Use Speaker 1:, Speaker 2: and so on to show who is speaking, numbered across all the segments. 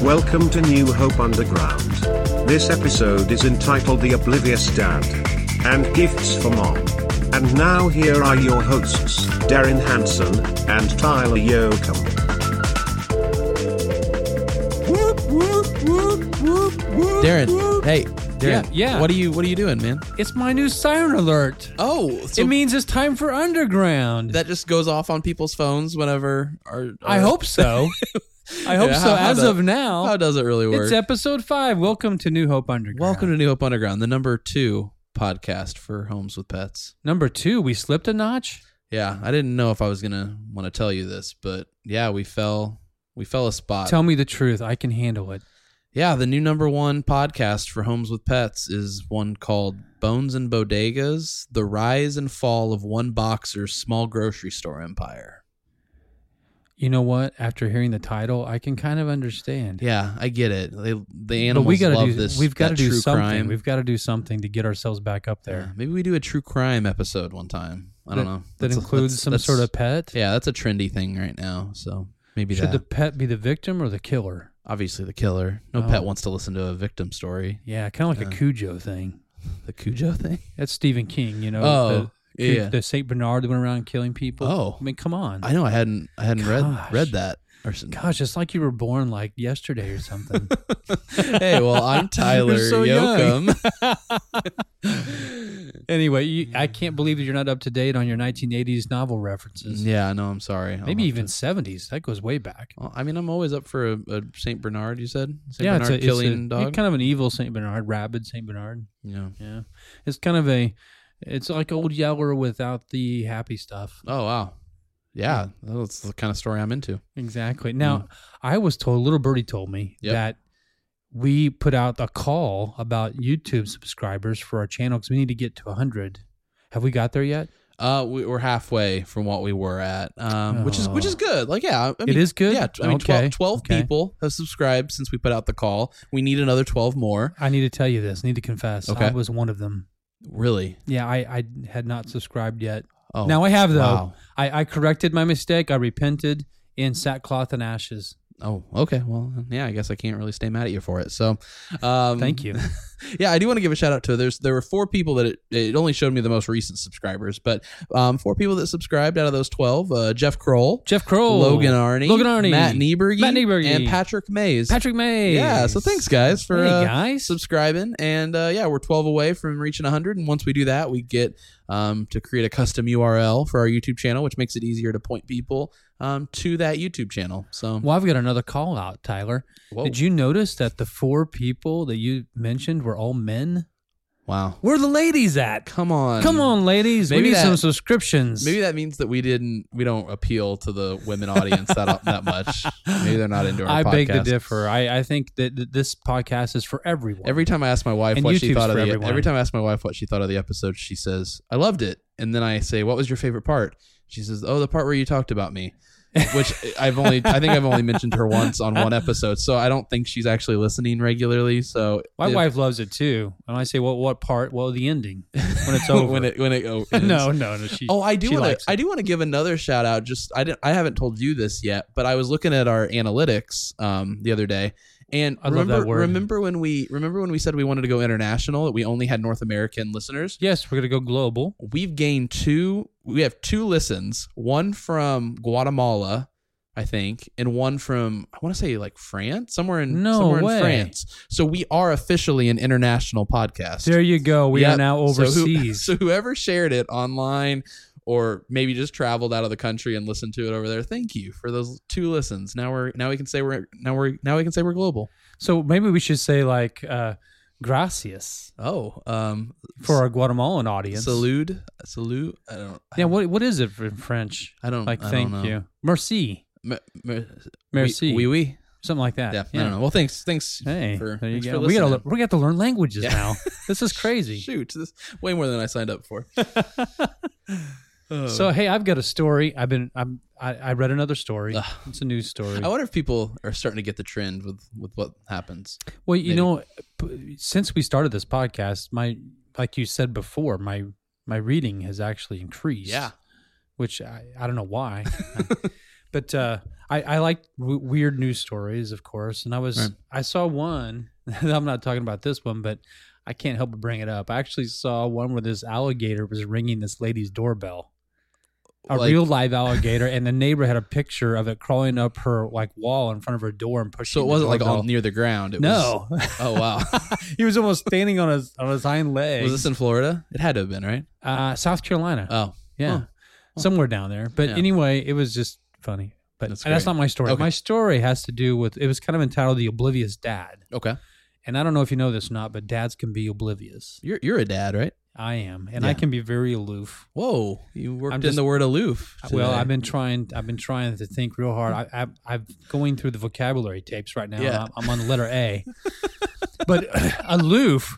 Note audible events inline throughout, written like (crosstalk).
Speaker 1: Welcome to New Hope Underground. This episode is entitled The Oblivious Dad and Gifts for Mom. And now here are your hosts, Darren Hanson and Tyler Yoakum.
Speaker 2: Darren, hey,
Speaker 3: Yeah,
Speaker 2: Darren,
Speaker 3: yeah.
Speaker 2: What are you What are you doing, man?
Speaker 3: It's my new siren alert.
Speaker 2: Oh, so
Speaker 3: it means it's time for underground.
Speaker 2: that just goes off on people's phones whenever. Or,
Speaker 3: I hope so. I hope
Speaker 2: (laughs) Yeah,
Speaker 3: so.
Speaker 2: how- how
Speaker 3: As
Speaker 2: do-
Speaker 3: of now,
Speaker 2: How does it really work?
Speaker 3: it's episode five. Welcome to New Hope Underground.
Speaker 2: Welcome to New Hope Underground, the number two podcast for homes with pets.
Speaker 3: number two. We slipped a notch.
Speaker 2: Yeah, I didn't know if I was gonna want to tell you this, but yeah, we fell we fell a spot.
Speaker 3: Tell me the truth. I can handle it.
Speaker 2: yeah, the new number one podcast for homes with pets is one called Bones and Bodegas: The Rise and Fall of One Boxer's Small Grocery Store Empire.
Speaker 3: You know what? After hearing the title, I can kind of understand.
Speaker 2: Yeah, I get it. They, the
Speaker 3: But
Speaker 2: animals
Speaker 3: we gotta
Speaker 2: love
Speaker 3: do.
Speaker 2: this.
Speaker 3: we've got to
Speaker 2: that
Speaker 3: do
Speaker 2: true
Speaker 3: something.
Speaker 2: crime.
Speaker 3: We've got to do something to get ourselves back up
Speaker 2: Yeah,
Speaker 3: there.
Speaker 2: maybe we do a true crime episode one time. I don't know.
Speaker 3: That
Speaker 2: That's a-
Speaker 3: includes
Speaker 2: that's-
Speaker 3: some
Speaker 2: that's-
Speaker 3: sort of pet.
Speaker 2: Yeah, that's a trendy thing right now. So maybe
Speaker 3: Should
Speaker 2: that.
Speaker 3: the pet be the victim or the killer?
Speaker 2: obviously the killer. No
Speaker 3: Oh.
Speaker 2: pet wants to listen to a victim story.
Speaker 3: Yeah, kind of like
Speaker 2: Yeah.
Speaker 3: a Cujo thing.
Speaker 2: The Cujo thing.
Speaker 3: That's Stephen King, you know.
Speaker 2: Oh,
Speaker 3: the,
Speaker 2: yeah.
Speaker 3: the Saint Bernard that went around killing people.
Speaker 2: Oh.
Speaker 3: I mean, come on.
Speaker 2: I know. I hadn't. I hadn't
Speaker 3: Gosh.
Speaker 2: read read that. Or some-
Speaker 3: Gosh, it's like you were born like yesterday or something.
Speaker 2: (laughs) hey, well, I'm
Speaker 3: (laughs)
Speaker 2: Tyler
Speaker 3: You're so young. (laughs)
Speaker 2: Yoakum.
Speaker 3: (laughs) anyway, you, I can't believe that you're not up to date on your 1980s novel references.
Speaker 2: yeah, no, I'm sorry. I'll
Speaker 3: Maybe
Speaker 2: have
Speaker 3: even
Speaker 2: to-
Speaker 3: 70s. That goes way back.
Speaker 2: Well, I mean, I'm always up for a, a Saint Bernard. You said Saint
Speaker 3: yeah,
Speaker 2: Bernard
Speaker 3: it's a,
Speaker 2: killing
Speaker 3: it's a,
Speaker 2: dog.
Speaker 3: kind of an evil Saint Bernard, rabid Saint Bernard.
Speaker 2: yeah.
Speaker 3: Yeah, it's kind of a, it's like Old Yeller without the happy stuff.
Speaker 2: Oh wow. Yeah, that's the kind of story I'm into.
Speaker 3: Exactly. Now, I was told, little birdie told me
Speaker 2: Mm. Yep.
Speaker 3: that we put out a call about YouTube subscribers for our channel because we need to get to 100. Have we got there yet?
Speaker 2: Uh, we, we're halfway from what we were at, um, which is which is
Speaker 3: Oh.
Speaker 2: good. Like, yeah, I I
Speaker 3: it
Speaker 2: mean,
Speaker 3: is good.
Speaker 2: Yeah, I mean, 12, 12
Speaker 3: Okay.
Speaker 2: people have subscribed since we put out the call. We need another twelve more.
Speaker 3: I need to tell you this. I need to confess. I
Speaker 2: Okay.
Speaker 3: was one of them.
Speaker 2: Really?
Speaker 3: Yeah, I, I had not subscribed yet.
Speaker 2: Oh,
Speaker 3: now I have though.
Speaker 2: wow.
Speaker 3: I, I corrected my mistake. I repented in sackcloth and ashes.
Speaker 2: Oh, okay. Well, yeah, I guess I can't really stay mad at you for it. So, um,
Speaker 3: Thank
Speaker 2: (laughs)
Speaker 3: you.
Speaker 2: yeah, I do want to give a shout out to there's there were four people that it, it only showed me the most recent subscribers, but um, four people that subscribed out of those twelve: uh, Jeff Kroll,
Speaker 3: Jeff Kroll,
Speaker 2: Logan Arney,
Speaker 3: Oh. Logan Arnie,
Speaker 2: Matt Nieberg,
Speaker 3: Matt Nieberg,
Speaker 2: and Patrick Mays.
Speaker 3: Patrick May.
Speaker 2: Yeah, so thanks guys for
Speaker 3: Hey
Speaker 2: uh,
Speaker 3: guys,
Speaker 2: subscribing and uh, yeah we're 12 away from reaching 100 and once we do that we get um, to create a custom url for our youtube channel which makes it easier to point people um, to that youtube channel so
Speaker 3: Well, I've got another call out, Tyler.
Speaker 2: Whoa.
Speaker 3: Did you notice that the four people that you mentioned were all men?
Speaker 2: wow
Speaker 3: Where the ladies at?
Speaker 2: come on
Speaker 3: Come on, ladies.
Speaker 2: Maybe
Speaker 3: we need
Speaker 2: that-
Speaker 3: some subscriptions.
Speaker 2: maybe that means that we didn't we don't appeal to the women audience that uh,
Speaker 3: (laughs)
Speaker 2: that much maybe they're not into our
Speaker 3: I
Speaker 2: podcast.
Speaker 3: beg to differ. I, I think that th- this podcast is for everyone.
Speaker 2: every time i ask my wife
Speaker 3: And
Speaker 2: what she
Speaker 3: YouTube's
Speaker 2: thought of
Speaker 3: for
Speaker 2: the e-,
Speaker 3: everyone.
Speaker 2: every time i ask my wife what she thought of the episode she says i loved it and then i say what was your favorite part she says oh the part where you talked about me (laughs) which I've only I think I've only mentioned her once on one episode, so I don't think she's actually listening regularly. So
Speaker 3: My
Speaker 2: if-
Speaker 3: wife loves it too. And I say, well, what part? Well, the ending when it's over. (laughs)
Speaker 2: (laughs) when it when it oh, it
Speaker 3: no,
Speaker 2: is.
Speaker 3: no, no. She,
Speaker 2: Oh, I do
Speaker 3: she
Speaker 2: want
Speaker 3: likes
Speaker 2: to. I do want to give another shout out. Just I didn't. I haven't told you this yet, but I was looking at our analytics um, the other day, and
Speaker 3: I love
Speaker 2: remember
Speaker 3: that word.
Speaker 2: remember when we remember when we said we wanted to go international that we only had North American listeners.
Speaker 3: Yes, we're going to go global.
Speaker 2: we've gained two we have two listens one from guatemala i think and one from i want to say like france somewhere in
Speaker 3: No
Speaker 2: somewhere
Speaker 3: way.
Speaker 2: in france so we are officially an international podcast
Speaker 3: There you go. We
Speaker 2: Yep.
Speaker 3: are now
Speaker 2: So who-
Speaker 3: overseas.
Speaker 2: (laughs) so, whoever shared it online or maybe just traveled out of the country and listened to it over there thank you for those two listens now we're now we can say we're now we're now we can say we're global
Speaker 3: so maybe we should say, like, uh, gracias
Speaker 2: oh um
Speaker 3: for our Guatemalan audience.
Speaker 2: salud salud i don't
Speaker 3: Yeah, what what is it in French?
Speaker 2: i don't
Speaker 3: Like
Speaker 2: I
Speaker 3: thank
Speaker 2: don't know.
Speaker 3: you. Merci.
Speaker 2: Mer- mer-
Speaker 3: Merci.
Speaker 2: oui, oui.
Speaker 3: Something like that.
Speaker 2: yeah, I don't know. Well, thanks, thanks
Speaker 3: Hey,
Speaker 2: for,
Speaker 3: there you
Speaker 2: thanks
Speaker 3: go.
Speaker 2: for
Speaker 3: We gotta
Speaker 2: listening.
Speaker 3: le- we got to learn languages
Speaker 2: Yeah. (laughs)
Speaker 3: now. This is crazy.
Speaker 2: Shoot, this way more than I signed up for.
Speaker 3: so hey, I've got a story. I've been I'm I, I read another story. it's a news story.
Speaker 2: I wonder if people are starting to get the trend with with what happens.
Speaker 3: well, you
Speaker 2: maybe.
Speaker 3: know, p- since we started this podcast, my like you said before, my my reading has actually increased.
Speaker 2: Yeah. (laughs)
Speaker 3: which I, I don't know why. (laughs) But uh, I, I like w- weird news stories, of course. And I was,
Speaker 2: Right.
Speaker 3: I saw one. (laughs) I'm not talking about this one, but I can't help but bring it up. I actually saw one where this alligator was ringing this lady's doorbell, a
Speaker 2: Like-
Speaker 3: real live alligator, and the neighbor had a picture of it crawling up her like wall in front of her door and pushing.
Speaker 2: So it
Speaker 3: the
Speaker 2: wasn't like
Speaker 3: doorbell.
Speaker 2: all near the ground. It
Speaker 3: No,
Speaker 2: Was, oh wow.
Speaker 3: (laughs) he was almost standing on his on his hind legs.
Speaker 2: was this in Florida? It had to have been right.
Speaker 3: uh, South Carolina?
Speaker 2: Oh,
Speaker 3: Yeah.
Speaker 2: Huh.
Speaker 3: Somewhere down there. But
Speaker 2: Yeah.
Speaker 3: anyway, it was just funny. But
Speaker 2: That's
Speaker 3: that's,
Speaker 2: great.
Speaker 3: not my story.
Speaker 2: Okay.
Speaker 3: My story has to do with it was kind of entitled The Oblivious Dad.
Speaker 2: okay.
Speaker 3: And I don't know if you know this or not, but dads can be oblivious.
Speaker 2: You're you're a dad, right?
Speaker 3: I am. And
Speaker 2: Yeah.
Speaker 3: I can be very aloof.
Speaker 2: Whoa, you worked in
Speaker 3: just-
Speaker 2: the word aloof.
Speaker 3: Well,
Speaker 2: today.
Speaker 3: I've been trying I've been trying to think real hard. I I I'm going through the vocabulary tapes right now.
Speaker 2: Yeah.
Speaker 3: I'm, I'm on the letter A. but (laughs) aloof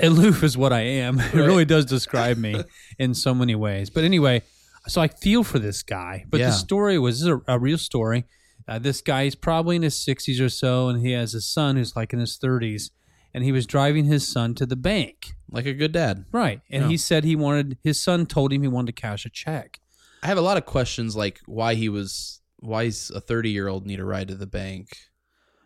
Speaker 3: aloof is what I am. It really does describe me in so many ways. But anyway, so I feel for this guy. But
Speaker 2: Yeah.
Speaker 3: the story was this is a, a real story. Uh, this guy is probably in his 60s or so, and he has a son who's like in his 30s, and he was driving his son to the bank.
Speaker 2: like a good dad.
Speaker 3: Right. And
Speaker 2: Yeah.
Speaker 3: he said he wanted, his son told him he wanted to cash a check.
Speaker 2: I have a lot of questions like why he was why is a 30 year old need a ride to the bank.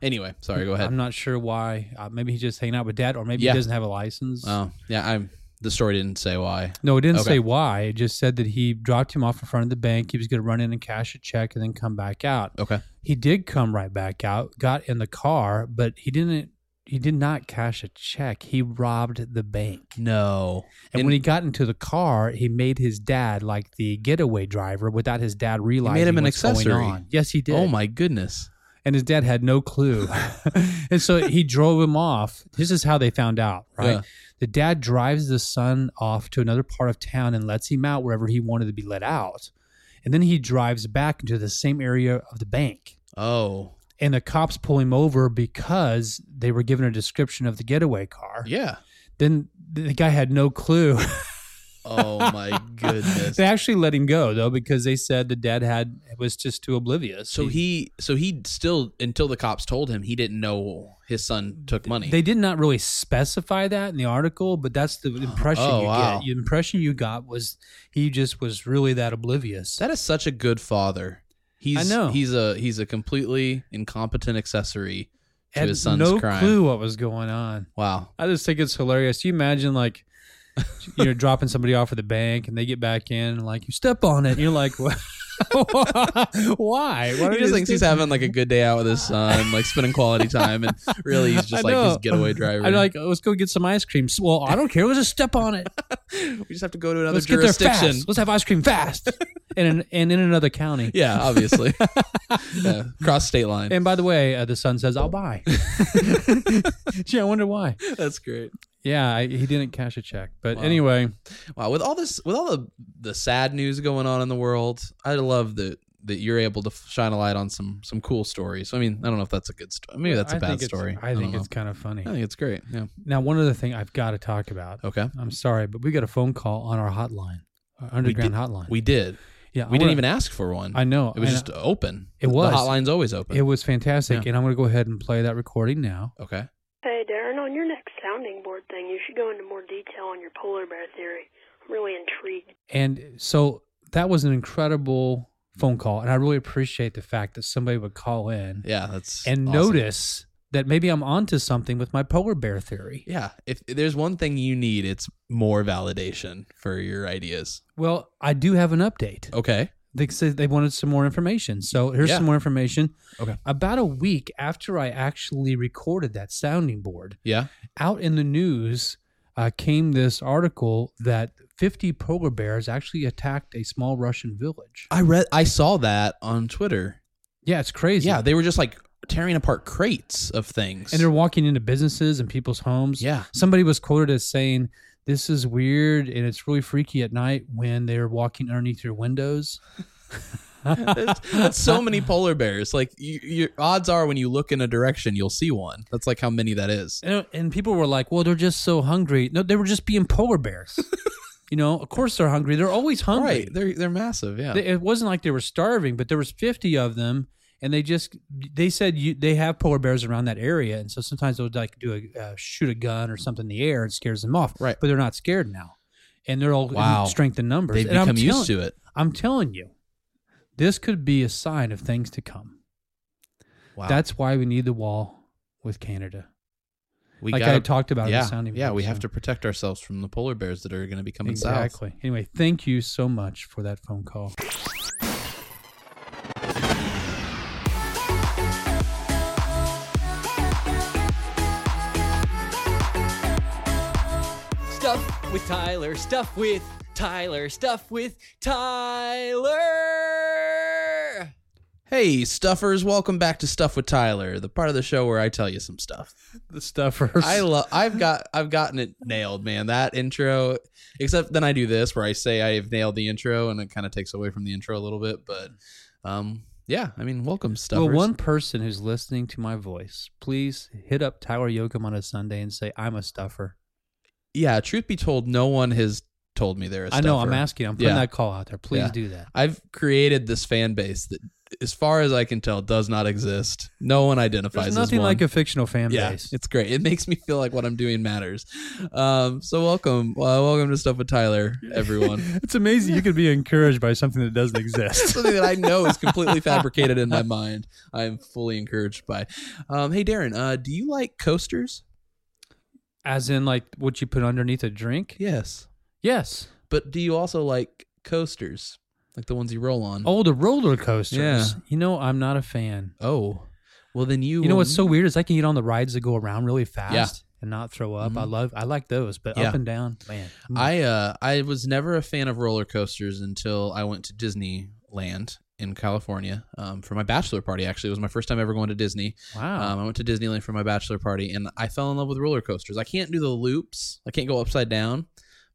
Speaker 2: Anyway, sorry, go ahead.
Speaker 3: I'm not sure why. Uh, maybe he's just hanging out with dad, or maybe
Speaker 2: Yeah.
Speaker 3: he doesn't have a license.
Speaker 2: Oh, yeah, I'm the story didn't say why.
Speaker 3: no, it didn't
Speaker 2: okay.
Speaker 3: say why. It just said that he dropped him off in front of the bank. He was going to run in and cash a check and then come back out.
Speaker 2: Okay.
Speaker 3: He did come right back out, got in the car, but he didn't. He did not cash a check. He robbed the bank.
Speaker 2: No.
Speaker 3: And, when he got into the car, he made his dad like the getaway driver without his dad realizing.
Speaker 2: him an
Speaker 3: what's going
Speaker 2: accessory.
Speaker 3: on. Yes, he did
Speaker 2: Oh my goodness.
Speaker 3: and his dad had no
Speaker 2: (laughs)
Speaker 3: clue. and so he drove him off. This is how they found out, right?
Speaker 2: Yeah.
Speaker 3: The dad drives the son off to another part of town and lets him out wherever he wanted to be let out. And then he drives back into the same area of the bank.
Speaker 2: Oh.
Speaker 3: And the cops pull him over because they were given a description of the getaway car.
Speaker 2: Yeah.
Speaker 3: Then the guy had no clue.
Speaker 2: Oh
Speaker 3: (laughs)
Speaker 2: my goodness.
Speaker 3: they actually let him go though because they said the dad had was just too oblivious.
Speaker 2: So he so he still until the cops told him he didn't know his son took money.
Speaker 3: They did not really specify that in the article, but that's the impression
Speaker 2: Oh,
Speaker 3: you
Speaker 2: wow.
Speaker 3: get. The impression you got was he just was really that oblivious.
Speaker 2: that is such a good father. He's
Speaker 3: I know.
Speaker 2: he's a he's a completely incompetent accessory to
Speaker 3: Had
Speaker 2: his son's
Speaker 3: no
Speaker 2: crime.
Speaker 3: clue what was going on.
Speaker 2: Wow.
Speaker 3: I just think it's hilarious. You imagine
Speaker 2: (laughs)
Speaker 3: like you know dropping somebody off at the bank and they get back in and like you step on it. And you're like, what? (laughs) why? Why? don't you
Speaker 2: He just thinks he's
Speaker 3: do-
Speaker 2: having like a good day out with his son, like spending quality
Speaker 3: (laughs)
Speaker 2: time, and really he's just
Speaker 3: I
Speaker 2: like his
Speaker 3: know.
Speaker 2: getaway driver.
Speaker 3: (laughs) I'm like, let's go get some ice cream. Well, I don't care. Let's just step on
Speaker 2: (laughs)
Speaker 3: it.
Speaker 2: we just have to go to another
Speaker 3: Let's get there
Speaker 2: jurisdiction.
Speaker 3: fast. Let's have ice cream
Speaker 2: (laughs)
Speaker 3: fast, and in, and in another county. (laughs)
Speaker 2: yeah, obviously, yeah, cross state line.
Speaker 3: And by the way, uh, the son says, "I'll
Speaker 2: (laughs)
Speaker 3: buy." Gee, I wonder why.
Speaker 2: That's great.
Speaker 3: Yeah, I, he didn't cash a check, but
Speaker 2: Wow.
Speaker 3: anyway,
Speaker 2: Wow, with all this, with all the the sad news going on in the world, I love that that you're able to f- shine a light on some some cool stories. I mean, I don't know if that's a good story. Maybe that's a
Speaker 3: I
Speaker 2: bad
Speaker 3: think it's-
Speaker 2: story.
Speaker 3: I
Speaker 2: don't
Speaker 3: think
Speaker 2: know.
Speaker 3: it's kind of funny.
Speaker 2: I think it's great. Yeah.
Speaker 3: Now, one other thing I've got to talk about.
Speaker 2: Okay.
Speaker 3: I'm sorry, but we got a phone call on our hotline, our underground hotline.
Speaker 2: We did.
Speaker 3: yeah,
Speaker 2: We didn't even ask for one.
Speaker 3: I know.
Speaker 2: It was
Speaker 3: and
Speaker 2: just open.
Speaker 3: It was.
Speaker 2: The hotline's always open.
Speaker 3: It was fantastic,
Speaker 2: Yeah.
Speaker 3: and I'm going to go ahead and play that recording now.
Speaker 2: okay.
Speaker 4: Hey, Darren, on your next sounding board thing, you should go into more detail on your polar bear theory. I'm really intrigued.
Speaker 3: And so that was an incredible phone call, and I really appreciate the fact that somebody would call in
Speaker 2: Yeah, that's
Speaker 3: and
Speaker 2: awesome.
Speaker 3: notice that maybe I'm onto something with my polar bear theory.
Speaker 2: Yeah, if there's one thing you need, it's more validation for your ideas.
Speaker 3: Well, I do have an update.
Speaker 2: Okay.
Speaker 3: They said they wanted some more information. So here's
Speaker 2: Yeah.
Speaker 3: some more information.
Speaker 2: Okay.
Speaker 3: About a week after I actually recorded that sounding board,
Speaker 2: Yeah.
Speaker 3: out in the news uh, came this article that 50 polar bears actually attacked a small Russian village.
Speaker 2: I read I saw that on Twitter.
Speaker 3: Yeah, it's crazy.
Speaker 2: Yeah, they were just like tearing apart crates of things.
Speaker 3: and they're walking into businesses and people's homes.
Speaker 2: Yeah.
Speaker 3: Somebody was quoted as saying, "This is weird and it's really freaky at night when they're walking underneath your windows."
Speaker 2: that's, (laughs)
Speaker 3: (laughs)
Speaker 2: that's so many polar bears. Like you, your odds are when you look in a direction, you'll see one. That's like how many that is.
Speaker 3: And, and people were like, "Well, they're just so hungry." No, they were just being polar
Speaker 2: (laughs)
Speaker 3: bears. you know, of course they're hungry. They're always hungry.
Speaker 2: Right. They're they're massive, yeah.
Speaker 3: They- it wasn't like they were starving, but there was 50 of them and they just they said you, they have polar bears around that area and so sometimes they'll like do a uh, shoot a gun or something in the air and scares them off.
Speaker 2: Right.
Speaker 3: But they're not scared now. And they're all in
Speaker 2: Wow.
Speaker 3: strength in numbers.
Speaker 2: They've
Speaker 3: And I'm
Speaker 2: become used
Speaker 3: telling-
Speaker 2: to it.
Speaker 3: I'm telling you, This could be a sign of things to come.
Speaker 2: Wow.
Speaker 3: That's why we need the wall with Canada.
Speaker 2: we
Speaker 3: like I talked about in
Speaker 2: yeah,
Speaker 3: the sounding
Speaker 2: yeah,
Speaker 3: board,
Speaker 2: we have
Speaker 3: so.
Speaker 2: to protect ourselves from the polar bears that are going to be coming
Speaker 3: exactly. Anyway, thank you so much for that phone call.
Speaker 5: Stuff with Tyler. Stuff with Tyler. Stuff with Tyler.
Speaker 2: south. Hey, stuffers, welcome back to Stuff with Tyler, the part of the show where I tell you some stuff.
Speaker 3: The stuffers.
Speaker 2: I love. I've got. I've gotten it nailed, man. That intro. Except then I do this where I say I've nailed the intro, and it kind of takes away from the intro a little bit. But, um, yeah. I mean, welcome stuffers.
Speaker 3: Well, one person who's listening to my voice, please hit up Tyler Yoakum on a Sunday and say, I'm a stuffer.
Speaker 2: yeah. Truth be told, no one has told me they're. a
Speaker 3: I know,
Speaker 2: stuffer.
Speaker 3: I'm asking. I'm putting
Speaker 2: Yeah.
Speaker 3: that call out there. Please
Speaker 2: Yeah.
Speaker 3: do that.
Speaker 2: I've created this fan base that, as far as I can tell, does not exist. No one identifies
Speaker 3: There's
Speaker 2: as
Speaker 3: nothing
Speaker 2: one.
Speaker 3: like a fictional fan
Speaker 2: yeah,
Speaker 3: base.
Speaker 2: it's great. It makes me feel like what I'm doing matters. Um, so welcome, uh, welcome to Stuff with Tyler,
Speaker 3: (laughs)
Speaker 2: everyone.
Speaker 3: It's amazing you could be encouraged by something that doesn't exist.
Speaker 2: (laughs) Something that I know is completely fabricated in my mind. I am fully encouraged by. Um, hey, Darren, uh, do you like coasters?
Speaker 3: (laughs) As in, like, what you put underneath a drink?
Speaker 2: Yes,
Speaker 3: Yes.
Speaker 2: but do you also like coasters, like the ones you roll on?
Speaker 3: Oh, the roller coasters.
Speaker 2: Mm. Yeah.
Speaker 3: You know, I'm not a fan.
Speaker 2: Oh. well, then you.
Speaker 3: You know
Speaker 2: will-
Speaker 3: what's so weird is I can get on the rides that go around really fast and not throw up. I love, I like those, but
Speaker 2: Mm-hmm. Yeah.
Speaker 3: up and down, man. I'm
Speaker 2: I uh I was never a fan of roller coasters until I went to Disneyland in California um, for my bachelor party. Actually, it was my first time ever going to Disney.
Speaker 3: Wow.
Speaker 2: Um, I went to Disneyland for my bachelor party, and I fell in love with roller coasters. I can't do the loops. I can't go upside down,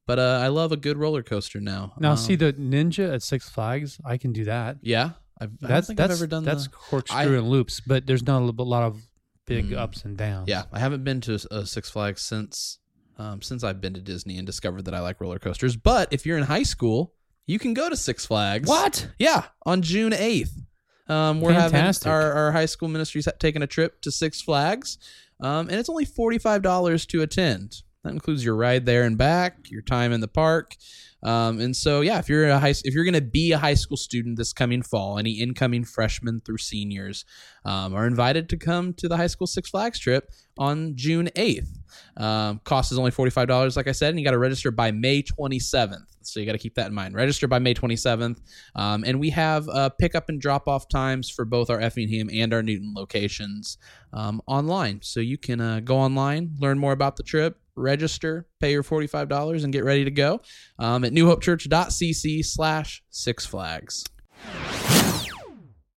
Speaker 2: but uh, I love a good roller coaster now.
Speaker 3: now,
Speaker 2: Um,
Speaker 3: see the ninja at Six Flags. I can do that.
Speaker 2: yeah, I've, I don't
Speaker 3: that's
Speaker 2: think
Speaker 3: that's
Speaker 2: I've ever done
Speaker 3: that's
Speaker 2: the-
Speaker 3: corkscrew
Speaker 2: I-
Speaker 3: and loops, but there's not a lo- lot of big
Speaker 2: Mm.
Speaker 3: ups and downs.
Speaker 2: Yeah, I haven't been to s- a Six Flags since um, since I've been to Disney and discovered that I like roller coasters. But if you're in high school, you can go to Six Flags.
Speaker 3: What?
Speaker 2: Yeah, on June eighth, um, we're
Speaker 3: Fantastic.
Speaker 2: having our, our high school ministry's ha- taking a trip to Six Flags, um, and it's only forty five dollars to attend. That includes your ride there and back, your time in the park, um, and so yeah, if you're a high, if you're going to be a high school student this coming fall, any incoming freshmen through seniors um, are invited to come to the high school Six Flags trip on June eighth. Um, cost is only forty five dollars, like I said, and you got to register by May twenty seventh. So you got to keep that in mind. Register by May twenty seventh, um, and we have uh, pickup and drop off times for both our Effingham and our Newton locations um, online. So you can uh, go online, learn more about the trip, register, pay your forty five dollars, and get ready to go um, at newhopechurch.cc slash Six Flags.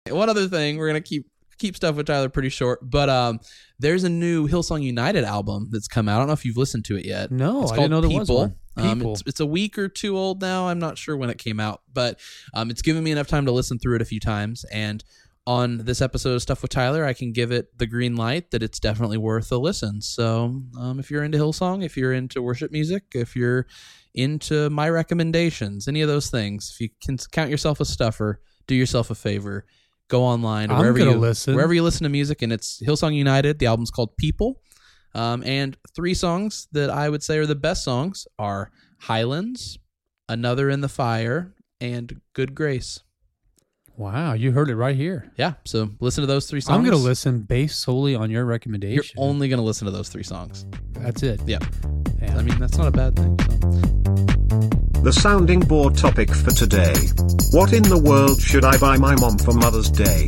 Speaker 2: One other thing, we're gonna keep keep stuff with Tyler pretty short, but um, there's a new Hillsong United album that's come out. I don't know if you've listened to it yet.
Speaker 3: No,
Speaker 2: it's
Speaker 3: I didn't know there was one.
Speaker 2: Um,
Speaker 3: People.
Speaker 2: it's, it's a week or two old now. I'm not sure when it came out, but um, it's given me enough time to listen through it a few times. And on this episode of Stuff with Tyler, I can give it the green light that it's definitely worth a listen. So um, if you're into Hillsong, if you're into worship music, if you're into my recommendations, any of those things, if you can count yourself a stuffer, do yourself a favor. Go online to
Speaker 3: I'm
Speaker 2: wherever
Speaker 3: gonna
Speaker 2: you
Speaker 3: listen.
Speaker 2: wherever you listen to music, and it's Hillsong United. The album's called People, um, and three songs that I would say are the best songs are Highlands, Another in the Fire, and Good Grace.
Speaker 3: Wow, you heard it right here.
Speaker 2: Yeah, so listen to those three songs.
Speaker 3: I'm gonna listen based solely on your recommendation.
Speaker 2: You're only gonna listen to those three songs.
Speaker 3: That's it.
Speaker 2: Yeah,
Speaker 3: Yeah.
Speaker 2: I mean that's not a bad thing. So.
Speaker 1: The sounding board topic for today. What in the world should I buy my mom for Mother's Day?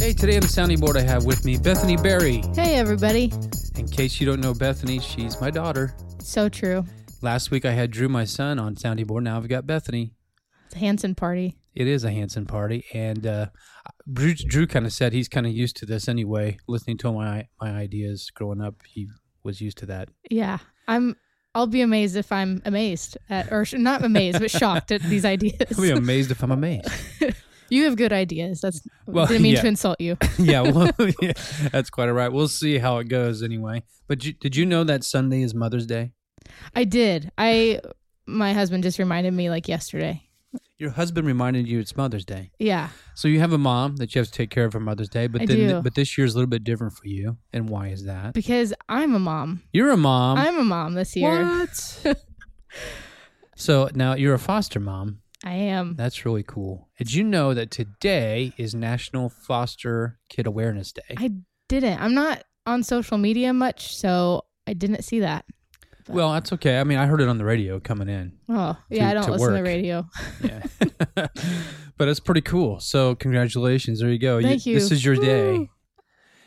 Speaker 3: Hey, today on the sounding board, I have with me Bethany Berry.
Speaker 6: Hey, everybody.
Speaker 3: In case you don't know Bethany, she's my daughter.
Speaker 6: So true.
Speaker 3: Last week, I had Drew, my son, on sounding board. Now I've got Bethany.
Speaker 6: The Hanson party.
Speaker 3: It is a Hanson party, and uh, Drew, Drew kind of said he's kind of used to this anyway. Listening to my my ideas growing up, he was used to
Speaker 6: (laughs)
Speaker 3: that.
Speaker 6: Yeah. I'm. I'll be amazed if I'm amazed at, or sh- not amazed, but shocked
Speaker 3: (laughs)
Speaker 6: at these ideas.
Speaker 3: I'll be amazed if I'm
Speaker 6: (laughs)
Speaker 3: amazed.
Speaker 6: you have good ideas. That's
Speaker 3: Well,
Speaker 6: didn't mean
Speaker 3: yeah.
Speaker 6: to insult you.
Speaker 3: yeah, well, (laughs) yeah, that's quite all right. We'll see how it goes anyway. But you, did you know that Sunday is Mother's Day?
Speaker 6: I did. I. My husband just reminded me like yesterday.
Speaker 3: Your husband reminded you it's Mother's Day,
Speaker 6: Yeah.
Speaker 3: so you have a mom that you have to take care of for Mother's Day. But
Speaker 6: I
Speaker 3: then,
Speaker 6: do.
Speaker 3: but this year's a little bit different for you, and why is that?
Speaker 6: Because I'm a mom.
Speaker 3: You're a mom.
Speaker 6: I'm a mom this year.
Speaker 3: What? so now you're a foster mom.
Speaker 6: I am.
Speaker 3: That's really cool. Did you know that today is National Foster Kid Awareness Day?
Speaker 6: I didn't. I'm not on social media much, so I didn't see that. but-
Speaker 3: well, that's okay. I mean, I heard it on the radio coming in. (laughs)
Speaker 6: Oh, yeah,
Speaker 3: To-
Speaker 6: I don't
Speaker 3: to
Speaker 6: listen to
Speaker 3: work.
Speaker 6: radio.
Speaker 3: Yeah. but it's pretty cool. So, congratulations. There you go.
Speaker 6: Thank you.
Speaker 3: This is your day.
Speaker 6: Woo.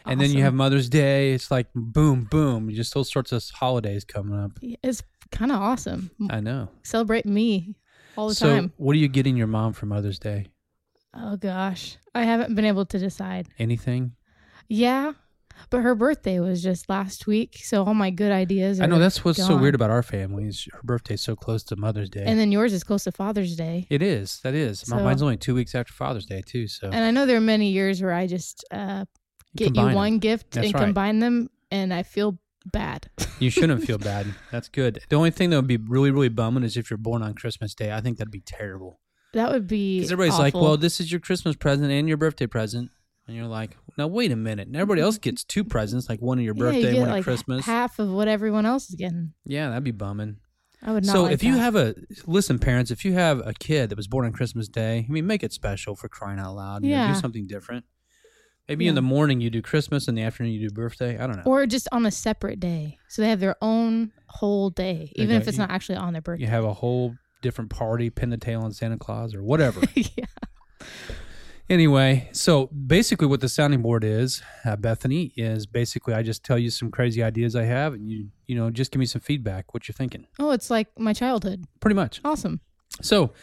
Speaker 3: And then you have
Speaker 6: Awesome.
Speaker 3: Mother's Day. It's like boom, boom. Just all sorts of holidays coming up.
Speaker 6: It's kind of awesome.
Speaker 3: I know.
Speaker 6: Celebrate me all the
Speaker 3: so,
Speaker 6: time.
Speaker 3: what are you getting your mom for Mother's Day?
Speaker 6: Oh gosh, I haven't been able to decide.
Speaker 3: Anything?
Speaker 6: Yeah, but her birthday was just last week, so all my good ideas. Are
Speaker 3: I know that's what's so
Speaker 6: gone.
Speaker 3: weird about our family is her birthday's so close to Mother's Day.
Speaker 6: And then yours is close to Father's Day.
Speaker 3: it is. That is. My-
Speaker 6: So-
Speaker 3: Mine's only two weeks after Father's Day too. So
Speaker 6: And I know there are many years where I just uh, get
Speaker 3: Combine 'em.
Speaker 6: you one gift
Speaker 3: That's
Speaker 6: and
Speaker 3: right.
Speaker 6: combine them, and I feel
Speaker 3: (laughs)
Speaker 6: bad.
Speaker 3: you shouldn't feel bad. That's good. The only thing that would be really, really bumming is if you're born on Christmas Day. I think that'd be terrible.
Speaker 6: that would be.
Speaker 3: Because everybody's like,
Speaker 6: awful.
Speaker 3: "Well, this is your Christmas present and your birthday present," and you're like, "Now wait a minute." And everybody else gets two presents, like one at your
Speaker 6: Yeah,
Speaker 3: birthday,
Speaker 6: you get
Speaker 3: one
Speaker 6: like
Speaker 3: at Christmas.
Speaker 6: half of what everyone else is getting.
Speaker 3: yeah, that'd be bumming.
Speaker 6: I would not.
Speaker 3: So
Speaker 6: like
Speaker 3: if you
Speaker 6: that.
Speaker 3: have a listen, parents, if you have a kid that was born on Christmas Day, I mean, make it special for crying out loud. You know,
Speaker 6: Yeah.
Speaker 3: do something different. Maybe in
Speaker 6: Yeah.
Speaker 3: the morning you do Christmas, in the afternoon you do birthday. I don't know.
Speaker 6: or just on a separate day, so they have their own whole day,
Speaker 3: They
Speaker 6: even
Speaker 3: got-
Speaker 6: if it's
Speaker 3: you-
Speaker 6: not actually on their birthday.
Speaker 3: you have a whole different party, pin the tail on Santa Claus or whatever.
Speaker 6: (laughs) yeah.
Speaker 3: Anyway, so basically, what the sounding board is, uh, Bethany, is basically I just tell you some crazy ideas I have, and you you know just give me some feedback, what you're thinking,
Speaker 6: Oh, it's like my childhood.
Speaker 3: pretty much.
Speaker 6: Awesome.
Speaker 3: So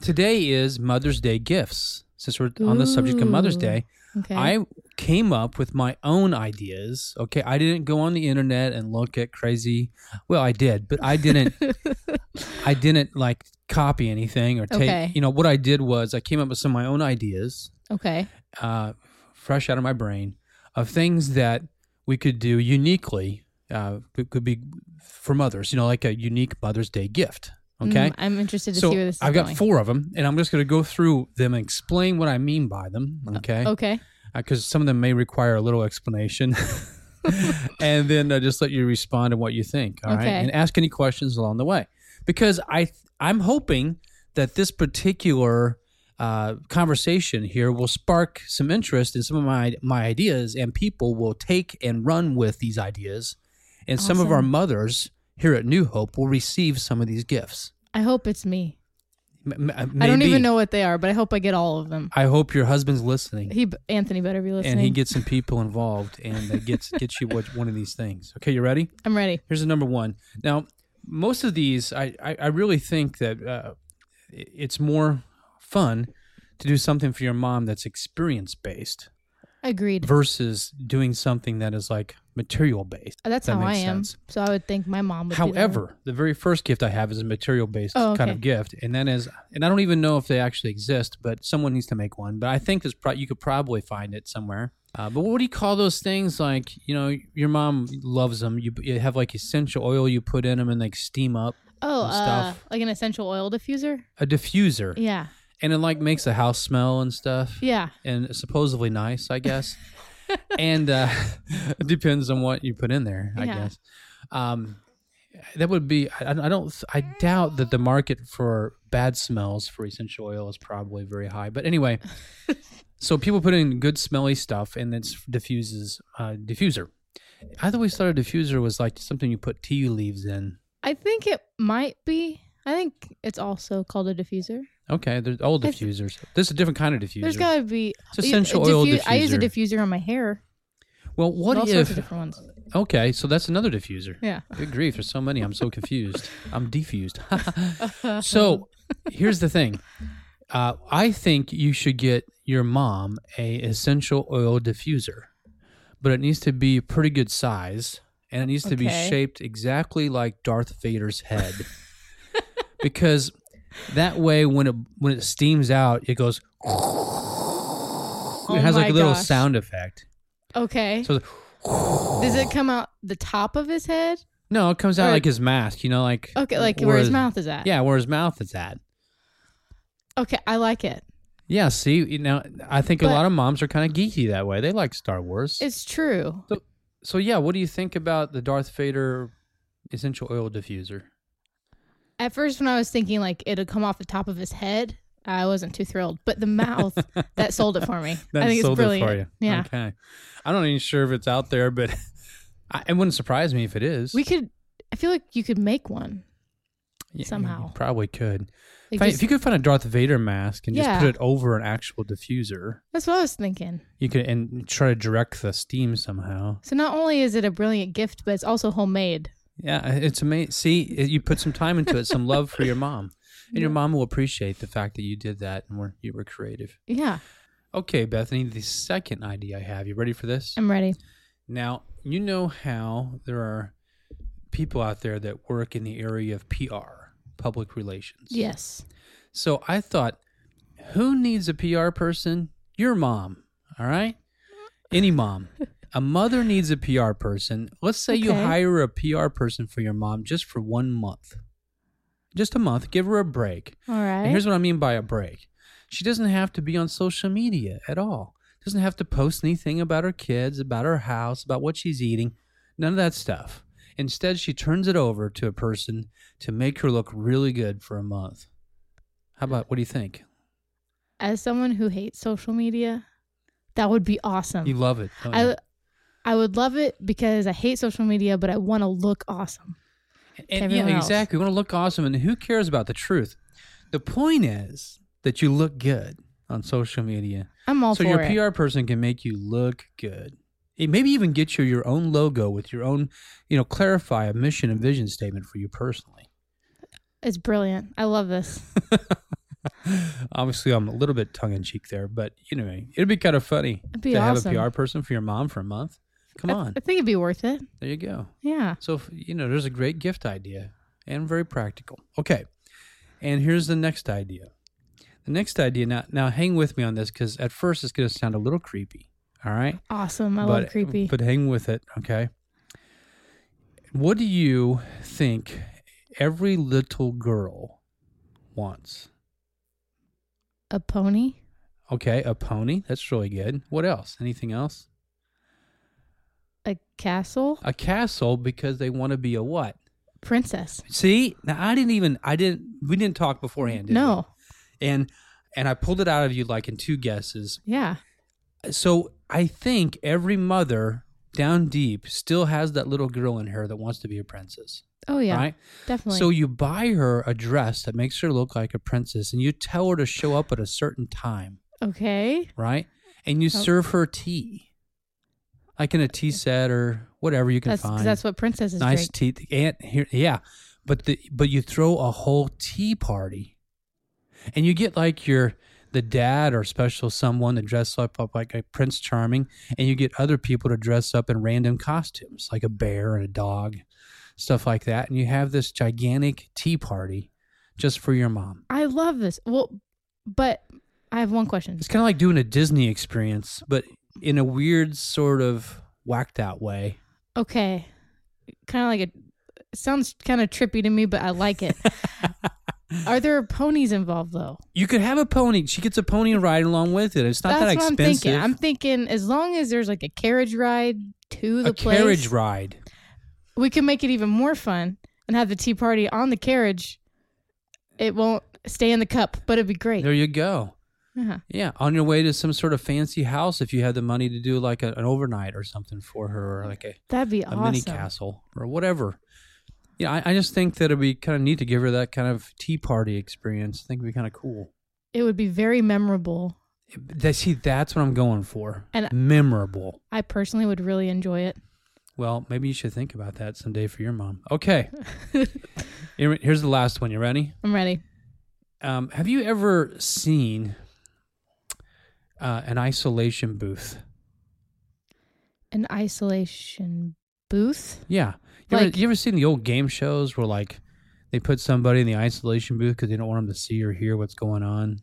Speaker 3: today is Mother's Day gifts. Since we're on the subject of Mother's
Speaker 6: Ooh,
Speaker 3: Day,
Speaker 6: Okay.
Speaker 3: I came up with my own ideas. Okay, I didn't go on the internet and look at crazy. Well, I did, but I
Speaker 6: (laughs)
Speaker 3: didn't. I didn't like copy anything or take.
Speaker 6: Okay.
Speaker 3: You know what I did was I came up with some of my own ideas
Speaker 6: okay.
Speaker 3: uh, fresh out of my brain of things that we could do uniquely. Uh, it could be for mothers, you know, like a unique Mother's Day gift. Okay.
Speaker 6: Mm, I'm interested to
Speaker 3: so
Speaker 6: see where this is
Speaker 3: I've got
Speaker 6: going.
Speaker 3: four of them, and I'm just going to go through them and explain what I mean by them.
Speaker 6: Oh,
Speaker 3: Okay.
Speaker 6: Okay.
Speaker 3: Because uh, some of them may require a little explanation. (laughs) and then uh, just let you respond to what you think. all right?
Speaker 6: Okay.
Speaker 3: And ask any questions along the way. Because I, th- I'm hoping that this particular uh, conversation here will spark some interest in some of my my ideas, and people will take and run with these ideas. And some of our
Speaker 6: Awesome.
Speaker 3: mothers here at New Hope will receive some of these gifts.
Speaker 6: I hope it's me.
Speaker 3: M- m-
Speaker 6: I don't
Speaker 3: maybe.
Speaker 6: even know what they are, but I hope I get all of them.
Speaker 3: I hope your husband's listening.
Speaker 6: He Anthony better be listening.
Speaker 3: and he gets some people involved and that
Speaker 6: (laughs)
Speaker 3: gets gets you what, one of these things. Okay, you ready?
Speaker 6: I'm ready.
Speaker 3: Here's the number one. Now, most of these, I I, I really think that uh, it- it's more fun to do something for your mom that's experience based
Speaker 6: Agreed.
Speaker 3: versus doing something that is like material based.
Speaker 6: Uh, That's
Speaker 3: that
Speaker 6: how I
Speaker 3: makes
Speaker 6: am.
Speaker 3: sense.
Speaker 6: So I would think my mom would. be the one.
Speaker 3: However, the very first gift I have is a material based
Speaker 6: Oh,
Speaker 3: kind
Speaker 6: okay.
Speaker 3: of gift, and that is, and I don't even know if they actually exist, but someone needs to make one. But I think there's pro- you could probably find it somewhere. Uh, but what do you call those things? Like you know, your mom loves them. You, you have like essential oil you put in them and like steam up
Speaker 6: oh,
Speaker 3: and
Speaker 6: uh,
Speaker 3: stuff.
Speaker 6: like an essential oil diffuser.
Speaker 3: a diffuser,
Speaker 6: Yeah.
Speaker 3: and it like makes the house smell and stuff.
Speaker 6: Yeah.
Speaker 3: and supposedly nice, I guess. and uh, (laughs) it depends on what you put in there, I
Speaker 6: Yeah.
Speaker 3: guess. Um, that would be. I, I don't. I doubt that the market for bad smells for essential oil is probably very high. But
Speaker 6: (laughs)
Speaker 3: anyway, so people put in good smelly stuff, and it diffuses uh, diffuser. I always thought a diffuser was like something you put tea leaves in.
Speaker 6: I think it might be. I think it's also called a diffuser.
Speaker 3: Okay, there's old
Speaker 6: I th-
Speaker 3: diffusers. This is a different kind of diffuser.
Speaker 6: There's got to be.
Speaker 3: It's essential oil
Speaker 6: I use a
Speaker 3: diffuser.
Speaker 6: diffuser on my hair.
Speaker 3: well, what
Speaker 6: all sorts of
Speaker 3: if?
Speaker 6: different ones.
Speaker 3: Okay, so that's another diffuser.
Speaker 6: Yeah.
Speaker 3: Good grief, there's so many. I'm
Speaker 6: (laughs)
Speaker 3: so confused. I'm defused. (laughs)
Speaker 6: Uh-huh.
Speaker 3: so here's the thing. Uh, I think you should get your mom a essential oil diffuser, but it needs to be a pretty good size and it needs to be
Speaker 6: Okay.
Speaker 3: shaped exactly like Darth Vader's
Speaker 6: (laughs)
Speaker 3: head. because that way when it when it steams out, it goes (laughs)
Speaker 6: Oh
Speaker 3: it has like
Speaker 6: my
Speaker 3: a little
Speaker 6: gosh.
Speaker 3: sound effect.
Speaker 6: Okay.
Speaker 3: So
Speaker 6: Does
Speaker 3: Oh.
Speaker 6: it come out the top of his head?
Speaker 3: no, it comes out
Speaker 6: Or-
Speaker 3: like his mask, you know, like
Speaker 6: Okay, like where his mouth is at.
Speaker 3: Yeah, where his mouth is at.
Speaker 6: Okay, I like it.
Speaker 3: Yeah, see, you know, I think a
Speaker 6: But-
Speaker 3: lot of moms are kind of geeky that way. They like Star Wars.
Speaker 6: It's true.
Speaker 3: so yeah, what do you think about the Darth Vader essential oil diffuser?
Speaker 6: At first, when I was thinking like it'll come off the top of his head, I wasn't too thrilled. But
Speaker 3: (laughs)
Speaker 6: the mouth that sold it for me.
Speaker 3: That
Speaker 6: I think
Speaker 3: sold
Speaker 6: it's brilliant.
Speaker 3: it for you.
Speaker 6: Yeah,
Speaker 3: Okay. I'm not even sure if it's out there, but (laughs) I, it wouldn't surprise me if it is.
Speaker 6: we could. I feel like you could make one.
Speaker 3: Yeah, you
Speaker 6: somehow.
Speaker 3: probably could.
Speaker 6: Like
Speaker 3: If, I-
Speaker 6: just-
Speaker 3: if you could find a Darth Vader mask and just
Speaker 6: Yeah.
Speaker 3: put it over an actual diffuser,
Speaker 6: that's what I was thinking.
Speaker 3: you could and try to direct the steam somehow.
Speaker 6: So not only is it a brilliant gift, but it's also homemade.
Speaker 3: Yeah, it's amazing. See, it- you put some time into it, some love for your mom, and your mom will appreciate the fact that you did that and were you were creative.
Speaker 6: Yeah,
Speaker 3: Okay, Bethany, the second idea I have. You ready for this?
Speaker 6: I'm ready.
Speaker 3: Now, you know how there are people out there that work in the area of PR, public relations.
Speaker 6: Yes.
Speaker 3: So I thought, who needs a PR person? Your mom. All right. Any mom. A mother needs a PR person. Let's say you
Speaker 6: Okay.
Speaker 3: hire a PR person for your mom just for one month. Just a month. Give her a break.
Speaker 6: All right.
Speaker 3: And here's what I mean by a break. She doesn't have to be on social media at all. Doesn't have to post anything about her kids, about her house, about what she's eating, none of that stuff. Instead, she turns it over to a person to make her look really good for a month. How about what do you think?
Speaker 6: As someone who hates social media, that would be awesome.
Speaker 3: You love it. don't you?
Speaker 6: Um, I I would love it because I hate social media, but I want to look awesome.
Speaker 3: and yeah,
Speaker 6: everyone else.
Speaker 3: exactly. You want to look awesome, and who cares about the truth? The point is that you look good on social media.
Speaker 6: I'm all
Speaker 3: so
Speaker 6: for
Speaker 3: your
Speaker 6: it.
Speaker 3: PR person can make you look good. It maybe even get you your own logo with your own, you know, clarify a mission and vision statement for you personally.
Speaker 6: It's brilliant. I love this.
Speaker 3: Obviously, I'm a little bit tongue in cheek there, but anyway, it'd be kind of funny
Speaker 6: It'd be
Speaker 3: to
Speaker 6: awesome.
Speaker 3: have a PR person for your mom for a month. Come
Speaker 6: (laughs) I-
Speaker 3: on,
Speaker 6: I, think it'd be worth it.
Speaker 3: there you go.
Speaker 6: Yeah.
Speaker 3: So if, you know, there's a great gift idea and very practical. Okay, and here's the next idea. The next idea now, now hang with me on this because at first it's going to sound a little creepy. All right.
Speaker 6: Awesome. I
Speaker 3: but,
Speaker 6: love creepy.
Speaker 3: But hang with it, okay? What do you think every little girl wants?
Speaker 6: a pony?
Speaker 3: Okay, a pony. That's really good. What else? Anything else?
Speaker 6: A castle?
Speaker 3: A castle because they want to be a what?
Speaker 6: Princess.
Speaker 3: See, now I didn't even I didn't we didn't talk beforehand. Did
Speaker 6: No.
Speaker 3: we? and and I pulled it out of you like in two guesses.
Speaker 6: Yeah.
Speaker 3: So I think every mother down deep still has that little girl in her that wants to be a princess.
Speaker 6: Oh yeah.
Speaker 3: Right?
Speaker 6: Definitely.
Speaker 3: So you buy her a dress that makes her look like a princess, and you tell her to show up at a certain time,
Speaker 6: okay.
Speaker 3: right? And you
Speaker 6: Oh.
Speaker 3: serve her tea, like in a tea set or whatever you can
Speaker 6: That's 'cause
Speaker 3: find.
Speaker 6: that's what princesses
Speaker 3: nice
Speaker 6: drink.
Speaker 3: tea. And here, yeah, but the but you throw a whole tea party, and you get like your the dad or special someone to dress up, up like a Prince Charming, and you get other people to dress up in random costumes, like a bear and a dog, stuff like that, and you have this gigantic tea party just for your mom.
Speaker 6: I love this. Well, but I have one question.
Speaker 3: It's kind of like doing a Disney experience, but in a weird sort of whacked out way.
Speaker 6: Okay. Kind of like a it sounds kind of trippy to me, but I
Speaker 3: (laughs)
Speaker 6: like it. Are there ponies involved though?
Speaker 3: You could have a pony. She gets a pony and ride along with it. It's not
Speaker 6: That's
Speaker 3: that
Speaker 6: what I'm
Speaker 3: expensive.
Speaker 6: thinking. I'm thinking as long as there's like a carriage ride to the
Speaker 3: a
Speaker 6: place,
Speaker 3: carriage ride.
Speaker 6: we can make it even more fun and have the tea party on the carriage. It won't stay in the cup, but it'd be great. Uh-huh.
Speaker 3: There you go.
Speaker 6: Yeah.
Speaker 3: Yeah, on your way to some sort of fancy house if you had the money to do like a, an overnight or something for her, or like a,
Speaker 6: That'd be
Speaker 3: a
Speaker 6: awesome.
Speaker 3: mini castle or whatever. Yeah, I, I just think that it'd be kind of neat to give her that kind of tea party experience. I think it'd be kind of cool.
Speaker 6: It would be very memorable.
Speaker 3: That, see, that's what I'm going for.
Speaker 6: And-
Speaker 3: Memorable.
Speaker 6: I personally would really enjoy it.
Speaker 3: Well, maybe you should think about that someday for your mom.
Speaker 6: (laughs)
Speaker 3: Okay. Here- Here's the last one. You ready?
Speaker 6: I'm ready.
Speaker 3: Um, have you ever seen uh, an isolation booth?
Speaker 6: An isolation booth.
Speaker 3: Yeah. You,
Speaker 6: Like-
Speaker 3: ever, you ever seen the old game shows where like they put somebody in the isolation booth because they don't want them to see or hear what's going on?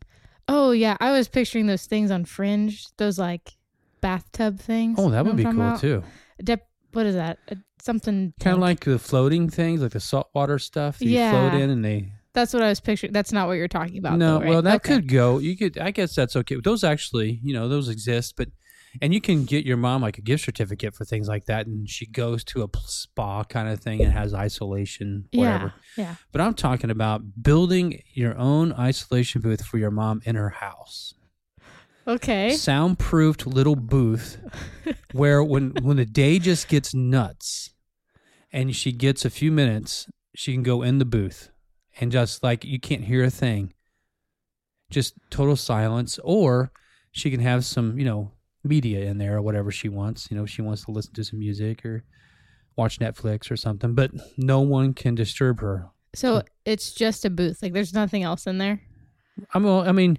Speaker 6: Oh yeah, I was picturing those things on Fringe. Those like bathtub things.
Speaker 3: Oh,
Speaker 6: You know
Speaker 3: that would
Speaker 6: what
Speaker 3: be
Speaker 6: I'm
Speaker 3: cool
Speaker 6: talking about?
Speaker 3: too.
Speaker 6: Dep- what is that? Uh, something
Speaker 3: Kind
Speaker 6: tank.
Speaker 3: of like the floating things, like the saltwater stuff that you
Speaker 6: Yeah.
Speaker 3: float in and they.
Speaker 6: that's what I was picturing. That's not what you're talking about.
Speaker 3: no,
Speaker 6: though, right?
Speaker 3: well, that
Speaker 6: Okay.
Speaker 3: could go. You could, I guess that's okay. Those actually, you know, those exist, but And you can get your mom like a gift certificate for things like that, and she goes to a pl- spa kind of thing and has isolation, whatever.
Speaker 6: Yeah. Yeah.
Speaker 3: But I'm talking about building your own isolation booth for your mom in her house.
Speaker 6: Okay.
Speaker 3: Soundproofed little booth where when when the day just gets nuts and she gets a few minutes, she can go in the booth and just like you can't hear a thing. Just total silence or she can have some, you know, media in there or whatever she wants, you know, if she wants to listen to some music or watch Netflix or something, but no one can disturb her.
Speaker 6: So it's just a booth. Like there's nothing else in there.
Speaker 3: I'm, well, I mean,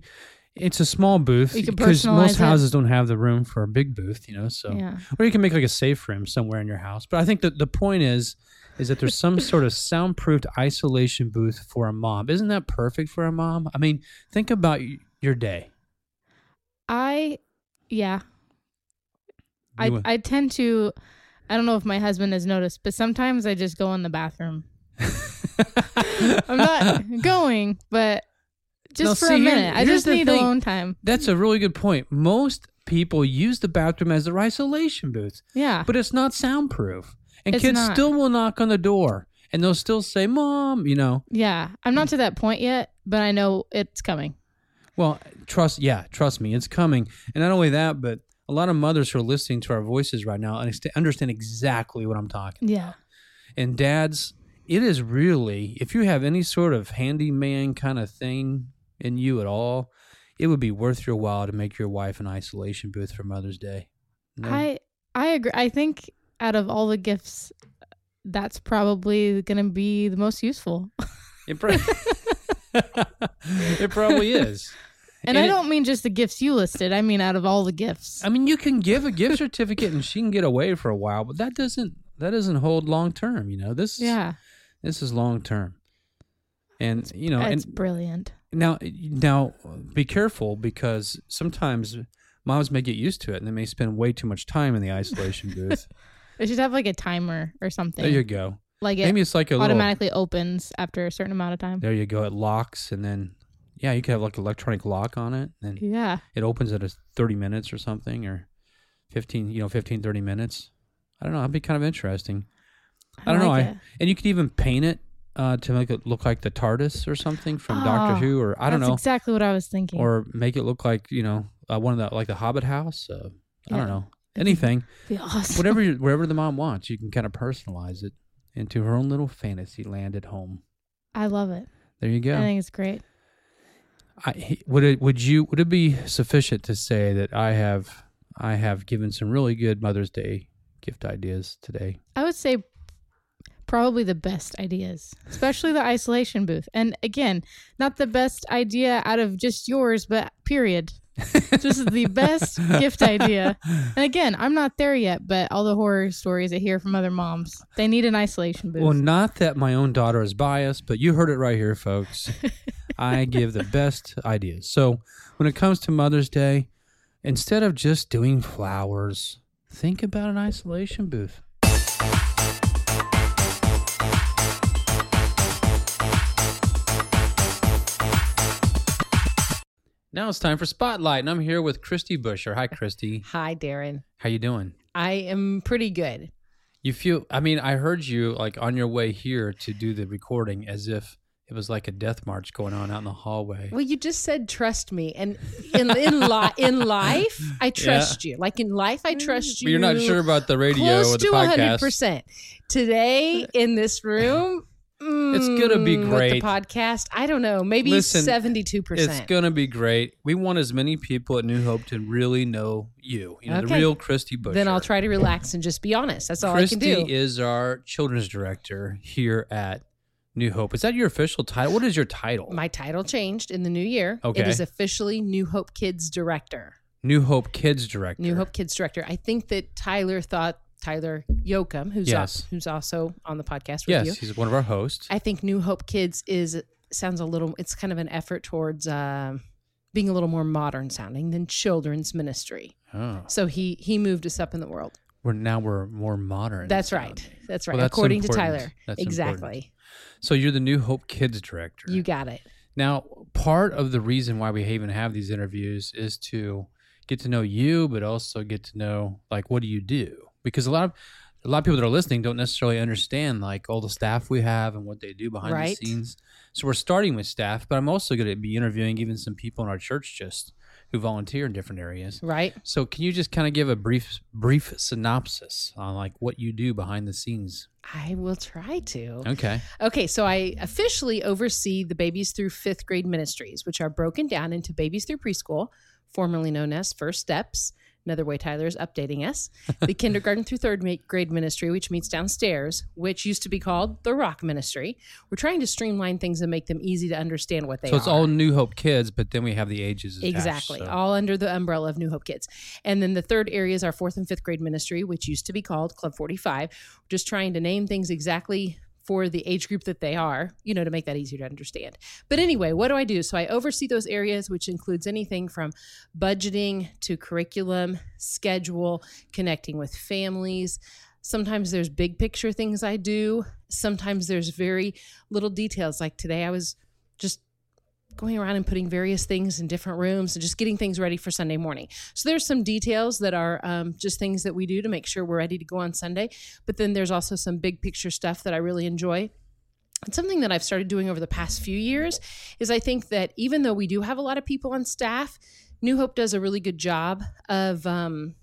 Speaker 3: it's a small booth
Speaker 6: You can
Speaker 3: because
Speaker 6: personalize
Speaker 3: most
Speaker 6: it.
Speaker 3: houses don't have the room for a big booth, you know. So,
Speaker 6: Yeah.
Speaker 3: or you can make like a safe room somewhere in your house. But I think that the point is, is that there's
Speaker 6: (laughs)
Speaker 3: some sort of soundproofed isolation booth for a mom. Isn't that perfect for a mom? I mean, think about y- your day.
Speaker 6: I, yeah. I,
Speaker 3: You- uh,
Speaker 6: I tend to, I don't know if my husband has noticed, but sometimes I just go in
Speaker 3: (laughs)
Speaker 6: the bathroom. I'm not going, but just
Speaker 3: No,
Speaker 6: for
Speaker 3: see,
Speaker 6: a
Speaker 3: here-
Speaker 6: minute. I
Speaker 3: here's
Speaker 6: just
Speaker 3: the
Speaker 6: need
Speaker 3: thing.
Speaker 6: alone time.
Speaker 3: That's a really good point. Most people use the bathroom as their isolation booth.
Speaker 6: Yeah.
Speaker 3: but it's not soundproof. And
Speaker 6: Ah. It's
Speaker 3: kids
Speaker 6: not.
Speaker 3: still will knock on the door and they'll still say, Mom, you know.
Speaker 6: yeah. I'm
Speaker 3: Mm.
Speaker 6: not to that point yet, but I know it's coming.
Speaker 3: Well, trust, yeah, trust me, it's coming. And not only that, but a lot of mothers who are listening to our voices right now and understand exactly what I'm talking.
Speaker 6: Yeah.
Speaker 3: And dads, it is really, if you have any sort of handyman kind of thing in you at all, it would be worth your while to make your wife an isolation booth for Mother's Day. No?
Speaker 6: I I agree. I think out of all the gifts, that's probably going to be the most useful.
Speaker 3: it, (laughs) prob- it probably is.
Speaker 6: And,
Speaker 3: And
Speaker 6: I
Speaker 3: it-
Speaker 6: don't mean just the gifts you listed. I mean out of all the gifts.
Speaker 3: I mean, you can give a gift certificate and she can get away for a while, but that doesn't that doesn't hold long term. You know, this
Speaker 6: yeah.
Speaker 3: this is long term, and you know,
Speaker 6: That's
Speaker 3: and
Speaker 6: brilliant.
Speaker 3: now now be careful because sometimes moms may get used to it and they may spend way too much time in the
Speaker 6: (laughs)
Speaker 3: isolation booth.
Speaker 6: It should have like a timer or something.
Speaker 3: there you go.
Speaker 6: Like it
Speaker 3: Maybe it's like a little.
Speaker 6: automatically opens after a certain amount of time.
Speaker 3: There you go. It locks and then. Yeah, you could have like electronic lock on it, and
Speaker 6: Yeah.
Speaker 3: it opens at a 30 minutes or something, or 15, you know, 15, 30 minutes. I don't know. That'd be kind of interesting. I don't
Speaker 6: like
Speaker 3: know.
Speaker 6: it.
Speaker 3: I, and you could even paint it uh, to make it look like the TARDIS or something from Doctor
Speaker 6: Oh,
Speaker 3: Who, or I don't
Speaker 6: That's
Speaker 3: know,
Speaker 6: exactly what I was thinking.
Speaker 3: or make it look like you know uh, one of the like the Hobbit house. Uh, I
Speaker 6: Yeah.
Speaker 3: don't know anything.
Speaker 6: Be awesome.
Speaker 3: whatever you- whatever the mom wants, you can kind of personalize it into her own little fantasy land at home.
Speaker 6: I love it.
Speaker 3: There you
Speaker 6: I
Speaker 3: go.
Speaker 6: think it's great.
Speaker 3: I, he- would it would you would it be sufficient to say that I have I have given some really good Mother's Day gift ideas today?
Speaker 6: I would say probably the best ideas, especially the isolation booth. And again, not the best idea out of just yours, but period. just the best gift idea. And again, I'm not there yet, but all the horror stories I hear from other moms, they need an isolation booth.
Speaker 3: Well, not that my own daughter is biased, but you heard it right here, folks. I give the best ideas. So, when it comes to Mother's Day, instead of just doing flowers, think about an isolation booth. Now it's time for Spotlight, and I'm here with Christy Busher. Hi, Christy.
Speaker 7: Hi, Darren.
Speaker 3: How you doing?
Speaker 7: I am pretty good.
Speaker 3: You feel, I mean, I heard you like on your way here to do the recording as if it was like a death march going on out in the hallway.
Speaker 7: Well, you just said trust me, and in in, li- in life, I trust you. Like in life, I trust
Speaker 3: Mm.
Speaker 7: you.
Speaker 3: But you're not sure about the radio
Speaker 7: Close
Speaker 3: or the
Speaker 7: to
Speaker 3: podcast.
Speaker 7: percent today in this room.
Speaker 3: It's gonna be
Speaker 7: mm, With
Speaker 3: great.
Speaker 7: the podcast, I don't know, maybe
Speaker 3: Listen,
Speaker 7: seventy-two
Speaker 3: It's
Speaker 7: percent.
Speaker 3: going to be great. We want as many people at New Hope to really know you, you know, the
Speaker 7: Okay.
Speaker 3: real Christy Bush.
Speaker 7: Then I'll try to relax and just be honest. That's all
Speaker 3: Christy
Speaker 7: I can do.
Speaker 3: is our children's director here at New Hope. Is that your official title? What is your title?
Speaker 7: My title changed in the new year. It
Speaker 3: Okay.
Speaker 7: is officially New Hope Kids Director.
Speaker 3: New Hope Kids Director.
Speaker 7: New Hope Kids director. I think that Tyler thought Tyler Yoakum, who's
Speaker 3: Yes.
Speaker 7: al- who's also on the podcast
Speaker 3: Yes,
Speaker 7: with you.
Speaker 3: he's one of our hosts.
Speaker 7: I think New Hope Kids is sounds a little. It's kind of an effort towards um, being a little more modern sounding than children's ministry.
Speaker 3: oh.
Speaker 7: So he he moved us up in the world.
Speaker 3: We're now we're more modern.
Speaker 7: That's
Speaker 3: sounding.
Speaker 7: right. That's right.
Speaker 3: Well, that's
Speaker 7: According
Speaker 3: important.
Speaker 7: to Tyler,
Speaker 3: That's
Speaker 7: exactly.
Speaker 3: So you're the New Hope Kids Director.
Speaker 7: You got it.
Speaker 3: Now, part of the reason why we even have these interviews is to get to know you, but also get to know like what do you do? Because a lot of a lot of people that are listening don't necessarily understand like all the staff we have and what they do behind
Speaker 7: Right.
Speaker 3: the scenes. So we're starting with staff, but I'm also going to be interviewing even some people in our church just who volunteer in different areas.
Speaker 7: right?
Speaker 3: So can you just kind of give a brief brief synopsis on like what you do behind the scenes?
Speaker 7: I will try to.
Speaker 3: Okay.
Speaker 7: Okay, so I officially oversee the Babies Through Fifth Grade Ministries, which are broken down into Babies Through Preschool, formerly known as First Steps. Another way Tyler is updating us.
Speaker 3: (laughs)
Speaker 7: The Kindergarten through Third ma- Grade Ministry, which meets downstairs, which used to be called the Rock Ministry. We're trying to streamline things and make them easy to understand what they
Speaker 3: so it's
Speaker 7: are.
Speaker 3: all New Hope kids, but then we have the ages attached,
Speaker 7: Exactly.
Speaker 3: so-
Speaker 7: All under the umbrella of New Hope Kids. And then the third area is our fourth and fifth grade ministry, which used to be called Club 45. We're just trying to name things exactly for the age group that they are, you know, to make that easier to understand. But anyway, what do I do? So I oversee those areas, which includes anything from budgeting to curriculum, schedule, connecting with families. Sometimes there's big picture things I do. Sometimes there's very little details. Like today, I was just going around and putting various things in different rooms and just getting things ready for Sunday morning. So there's some details that are um, just things that we do to make sure we're ready to go on Sunday. But then there's also some big picture stuff that I really enjoy. And something that I've started doing over the past few years is I think that even though we do have a lot of people on staff, New Hope does a really good job of um,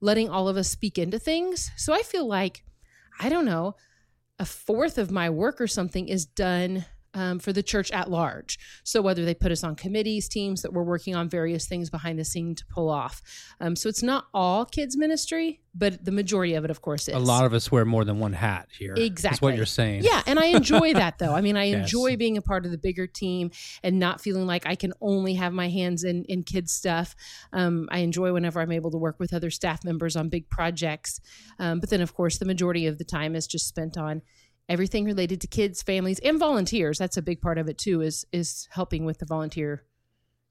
Speaker 7: letting all of us speak into things. So I feel like, I don't know, a fourth of my work or something is done um, for the church at large. So whether they put us on committees, teams that we're working on various things behind the scene to pull off. Um, so it's not all kids ministry, but the majority of it, of course, is
Speaker 3: a lot of us wear more than one hat here. That's what
Speaker 7: Exactly.
Speaker 3: you're saying.
Speaker 7: yeah, and I enjoy that though. I
Speaker 3: (laughs)
Speaker 7: mean, I
Speaker 3: Yes.
Speaker 7: enjoy being a part of the bigger team and not feeling like I can only have my hands in in kids stuff. Um, I enjoy whenever I'm able to work with other staff members on big projects. Um, but then, of course, the majority of the time is just spent on everything related to kids, families, and volunteers. That's a big part of it too. Is is helping with the volunteer,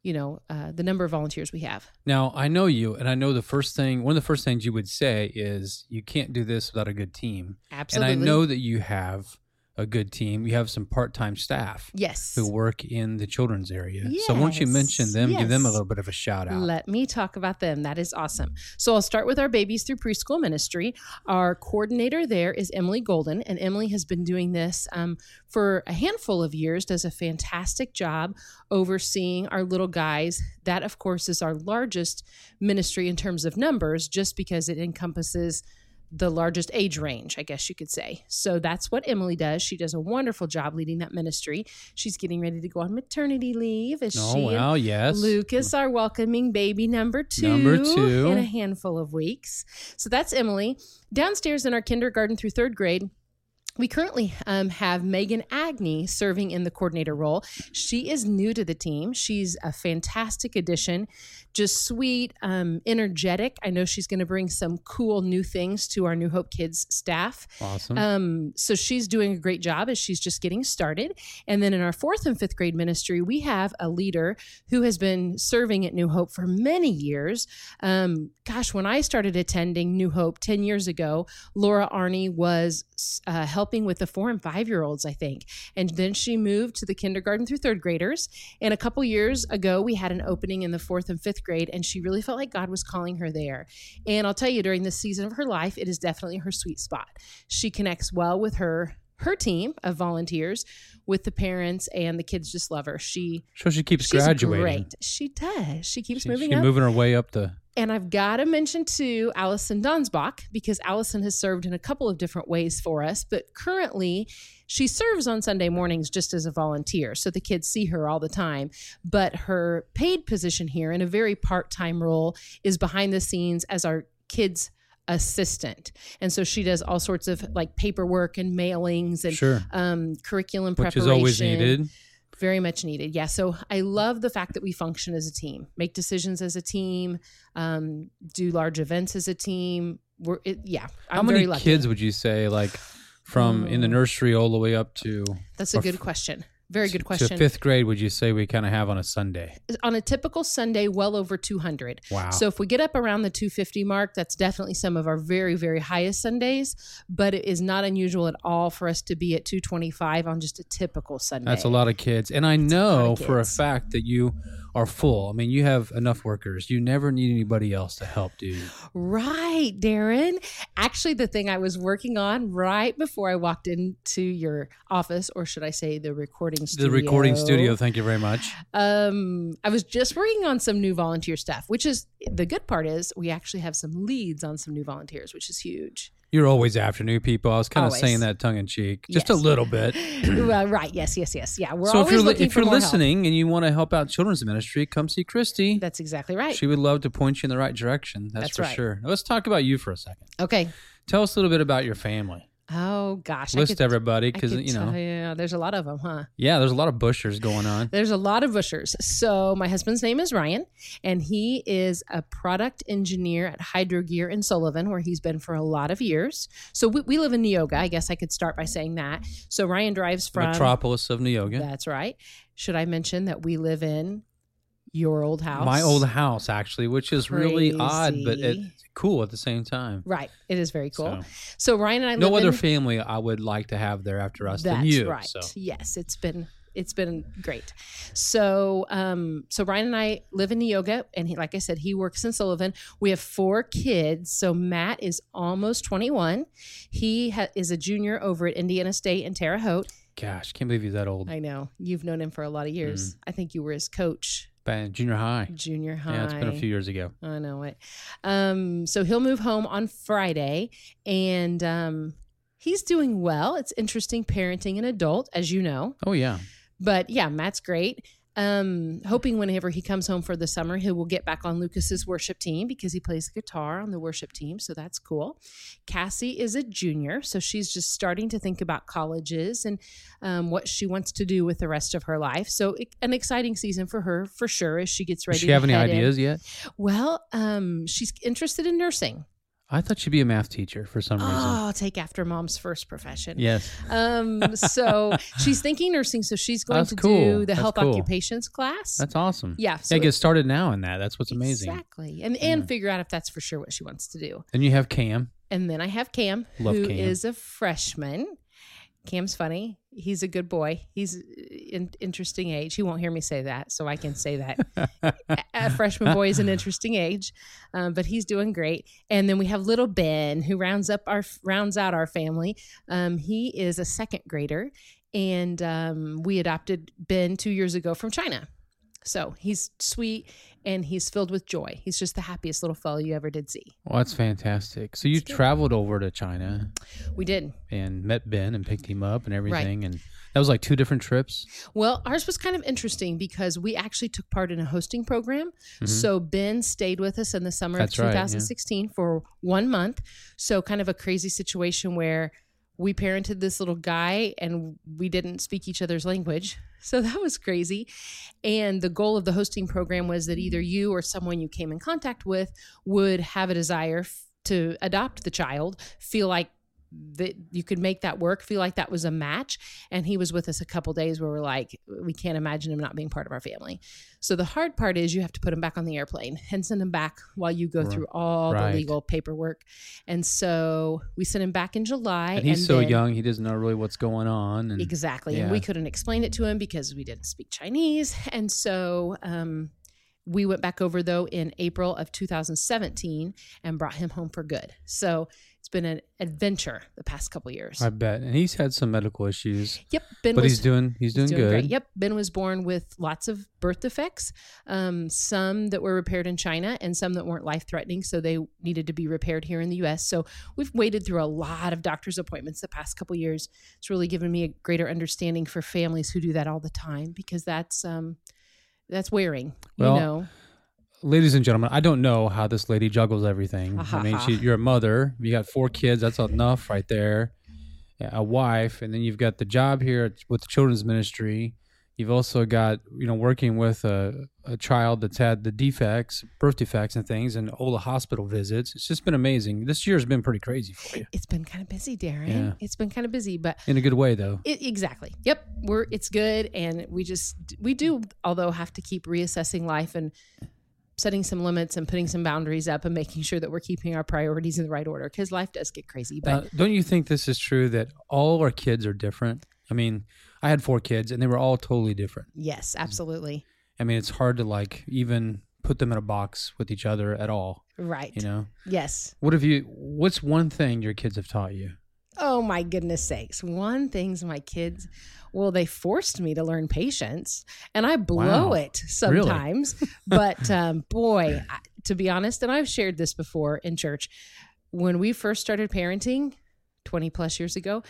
Speaker 7: you know, uh, the number of volunteers we have.
Speaker 3: Now I know you, and I know the first thing. One of the first things you would say is you can't do this without a good team.
Speaker 7: Absolutely.
Speaker 3: And I know that you have a good team. You have some part-time staff
Speaker 7: Yes.
Speaker 3: who work in the children's area. So why don't you mention
Speaker 7: Yes,
Speaker 3: them? Give them a
Speaker 7: yes.
Speaker 3: little bit of a shout out.
Speaker 7: Let me talk about them. That is awesome. So I'll start with our babies through preschool ministry. Our coordinator there is Emily Golden, and Emily has been doing this um, for a handful of years. Does a fantastic job overseeing our little guys. That, of course, is our largest ministry in terms of numbers, just because it encompasses the largest age range, I guess you could say. So that's what Emily does. She does a wonderful job leading that ministry. She's getting ready to go on maternity leave. Is
Speaker 3: oh
Speaker 7: she and
Speaker 3: wow, yes.
Speaker 7: Lucas, our welcoming baby number two,
Speaker 3: Number two.
Speaker 7: in a handful of weeks. So that's Emily. Downstairs in our kindergarten through third grade, we currently um, have Megan Agney serving in the coordinator role. She is new to the team. She's a fantastic addition, just sweet, um, energetic. I know she's going to bring some cool new things to our New Hope Kids staff.
Speaker 3: Awesome.
Speaker 7: Um, so she's doing a great job as she's just getting started. And then in our fourth and fifth grade ministry, we have a leader who has been serving at New Hope for many years. Um, gosh, when I started attending New Hope 10 years ago, Laura Arney was uh, helping with the four and five year olds, I think. And then she moved to the kindergarten through third graders. And a couple years ago, we had an opening in the fourth and fifth grade, and she really felt like God was calling her there. And I'll tell you, during this season of her life, it is definitely her sweet spot she connects well with her her team of volunteers with the parents and the kids just love her she
Speaker 3: so she keeps
Speaker 7: she's
Speaker 3: graduating.
Speaker 7: great she does she keeps
Speaker 3: She-
Speaker 7: moving
Speaker 3: she's
Speaker 7: up
Speaker 3: moving her way up the
Speaker 7: and I've got to mention too Allison Donsbach because Allison has served in a couple of different ways for us, but currently she serves on Sunday mornings just as a volunteer. So the kids see her all the time. But her paid position here in a very part time role is behind the scenes as our kids' assistant. And so she does all sorts of like paperwork and mailings and
Speaker 3: sure,
Speaker 7: um, curriculum
Speaker 3: which
Speaker 7: preparation
Speaker 3: is always needed.
Speaker 7: very much needed. Yeah. So I love the fact that we function as a team, make decisions as a team, um, do large events as a team. We're it, yeah. I'm
Speaker 3: How many
Speaker 7: very lucky.
Speaker 3: kids would you say, like, from in the nursery all the way up to
Speaker 7: That's a
Speaker 3: are-
Speaker 7: good question. Very good
Speaker 3: to
Speaker 7: question.
Speaker 3: fifth grade? Would you say we kind of have on a Sunday?
Speaker 7: On a typical Sunday, well over 200.
Speaker 3: Wow.
Speaker 7: So if we get up around the 250 mark, that's definitely some of our very, very highest Sundays. But it is not unusual at all for us to be at 225 on just a typical Sunday.
Speaker 3: That's a lot of kids, and I know
Speaker 7: of
Speaker 3: for a
Speaker 7: kids.
Speaker 3: fact that you are full. I mean, you have enough workers. You never need anybody else to help, do you?
Speaker 7: Right, Darren. Actually, the thing I was working on right before I walked into your office, or should I say the recording studio?
Speaker 3: The recording studio. Thank you very much.
Speaker 7: Um, I was just working on some new volunteer stuff, which is the good part is we actually have some leads on some new volunteers, which is huge. (clears throat)
Speaker 3: You're always after new people. I was kind of
Speaker 7: Always.
Speaker 3: saying that tongue in cheek, just
Speaker 7: Yes.
Speaker 3: a little bit.
Speaker 7: well, right. Yes. Yes. Yes. Yeah. We're
Speaker 3: so
Speaker 7: always
Speaker 3: if you're li-
Speaker 7: looking
Speaker 3: if
Speaker 7: for
Speaker 3: you're
Speaker 7: more help.
Speaker 3: listening and you want to help out children's ministry, come see Christy.
Speaker 7: that's exactly right.
Speaker 3: she would love to point you in the right direction. That's,
Speaker 7: That's
Speaker 3: for
Speaker 7: right.
Speaker 3: sure. Now, let's talk about you for a second.
Speaker 7: okay.
Speaker 3: Tell us a little bit about your family.
Speaker 7: Oh gosh. I
Speaker 3: List
Speaker 7: could-
Speaker 3: everybody
Speaker 7: I
Speaker 3: because
Speaker 7: could
Speaker 3: you know,
Speaker 7: tell you, there's a lot of them, huh?
Speaker 3: yeah, there's a lot of bushers going on.
Speaker 7: There's a lot of bushers. So my husband's name is Ryan, and he is a product engineer at Hydro Gear in Sullivan, where he's been for a lot of years. So we, we live in Neoga. I guess I could start by saying that. So Ryan drives (laughs) from.
Speaker 3: Metropolis of Neoga.
Speaker 7: That's right. Should I mention that we live in your old house?
Speaker 3: My old house, actually, which is really odd, but it,
Speaker 7: Crazy.
Speaker 3: cool at the same time.
Speaker 7: Right. It is very cool.
Speaker 3: So,
Speaker 7: So, Ryan and I
Speaker 3: no
Speaker 7: live
Speaker 3: other
Speaker 7: in,
Speaker 3: family I would like to have there after us
Speaker 7: That's
Speaker 3: than you.
Speaker 7: right.
Speaker 3: So
Speaker 7: Yes, it's been it's been great. So um so Ryan and I live in Neoga and he like I said he works in Sullivan. We have four kids. So Matt is almost 21. He ha- is a junior over at Indiana State in Terre Haute.
Speaker 3: gosh, can't believe he's that old.
Speaker 7: I know. You've known him for a lot of
Speaker 3: Mm.
Speaker 7: years. I think you were his coach
Speaker 3: Back in junior high.
Speaker 7: junior high.
Speaker 3: Yeah, it's been a few years ago.
Speaker 7: I know it. Um, so he'll move home on Friday, and um, he's doing well. It's interesting parenting an adult, as you know.
Speaker 3: Oh yeah.
Speaker 7: But yeah, Matt's great. Um, hoping whenever he comes home for the summer, he will get back on Lucas's worship team because he plays the guitar on the worship team. So that's cool. Cassie is a junior, so she's just starting to think about colleges and um, what she wants to do with the rest of her life. So it, an exciting season for her, for sure, as she gets ready.
Speaker 3: Does she
Speaker 7: to
Speaker 3: have any
Speaker 7: head in.
Speaker 3: ideas yet?
Speaker 7: Well, um, she's interested in nursing.
Speaker 3: I thought she'd be a math teacher for some reason.
Speaker 7: (gasps) Oh, take after mom's first profession.
Speaker 3: Yes. (laughs)
Speaker 7: Um, so she's thinking nursing, so she's going
Speaker 3: That's
Speaker 7: to
Speaker 3: cool.
Speaker 7: do the
Speaker 3: That's
Speaker 7: health
Speaker 3: cool.
Speaker 7: occupations class.
Speaker 3: That's awesome.
Speaker 7: yeah, so
Speaker 3: yeah, get started now in that. That's what's amazing.
Speaker 7: Exactly. And and figure out if that's for sure what she wants to do.
Speaker 3: Then you have Cam.
Speaker 7: And then I have Cam, who
Speaker 3: Love
Speaker 7: is
Speaker 3: Cam.
Speaker 7: a freshman. Cam's funny. He's a good boy. He's an interesting age. He won't hear me say that, so I can say that.
Speaker 3: (laughs)
Speaker 7: a a freshman boy is an interesting age, um, but he's doing great. And then we have little Ben, who rounds up our rounds out our family. Um, he is a second grader, and um, we adopted Ben two years ago from China. So he's sweet and he's filled with joy. He's just the happiest little fellow you ever did see.
Speaker 3: Well, that's fantastic. So you traveled over to China
Speaker 7: We did.
Speaker 3: and met Ben and picked him up and everything, and that was like two different trips.
Speaker 7: Well, ours was kind of interesting because we actually took part in a hosting program. So Ben stayed with us in the summer
Speaker 3: Mm-hmm. That's
Speaker 7: of
Speaker 3: right, yeah.
Speaker 7: 2016 for one month. So kind of a crazy situation where we parented this little guy and we didn't speak each other's language. (laughs) So that was crazy. And the goal of the hosting program was that either you or someone you came in contact with would have a desire f- to adopt the child, feel like that you could make that work, feel like that was a match. And he was with us a couple days where we're like, we can't imagine him not being part of our family. So the hard part is you have to put him back on the airplane and send him back while you go
Speaker 3: Right.
Speaker 7: through all
Speaker 3: Right.
Speaker 7: the legal paperwork. And so we sent him back in July.
Speaker 3: And he's so
Speaker 7: then-
Speaker 3: young, he doesn't know really what's going on. And
Speaker 7: Exactly.
Speaker 3: Mm. Yeah.
Speaker 7: And we couldn't explain it to him because we didn't speak Chinese. (laughs) And so um, we went back over, though, in April of 2017 and brought him home for good. So it's been an adventure the past couple years.
Speaker 3: I bet. And he's had some medical issues,
Speaker 7: yep. Ben
Speaker 3: but
Speaker 7: was,
Speaker 3: he's doing he's doing, good.
Speaker 7: great. Yep. Ben was born with lots of birth defects, um, some that were repaired in China and some that weren't life threatening. So they needed to be repaired here in the US. So we've waded through a lot of doctor's appointments the past couple years. It's really given me a greater understanding for families who do that all the time because that's. Um, that's wearing, you
Speaker 3: Well,
Speaker 7: know.
Speaker 3: Ladies and gentlemen, I don't know how this lady juggles everything. I mean, she,
Speaker 7: Ahaha.
Speaker 3: you're a mother. You got four kids. That's enough right there. Yeah, a wife, and then you've got the job here at- with the children's ministry. You've also got you know working with a, a child that's had the defects, birth defects, and things, and all the hospital visits. It's just been amazing. This year's been pretty crazy for you
Speaker 7: It's been kind of busy, Darren.
Speaker 3: Yeah.
Speaker 7: It's been kind of busy, but
Speaker 3: in a good way, though.
Speaker 7: It, exactly. Yep. We're it's good, and we just we do, although have to keep reassessing life and setting some limits and putting some boundaries up and making sure that we're keeping our priorities in the right order because life does get crazy. But
Speaker 3: Now, Uh, don't you think this is true that all our kids are different? I mean, I had four kids, and they were all totally different.
Speaker 7: yes, absolutely.
Speaker 3: I mean, it's hard to like even put them in a box with each other at all.
Speaker 7: Right.
Speaker 3: You know,
Speaker 7: Yes.
Speaker 3: what have you? What's one thing your kids have taught you?
Speaker 7: Oh my goodness sakes. One thing's my kids, well, they forced me to learn patience and I blow
Speaker 3: Wow.
Speaker 7: it
Speaker 3: Really?
Speaker 7: sometimes. but um, boy, I, to be honest, and I've shared this before in church, when we first started parenting 20 plus years ago,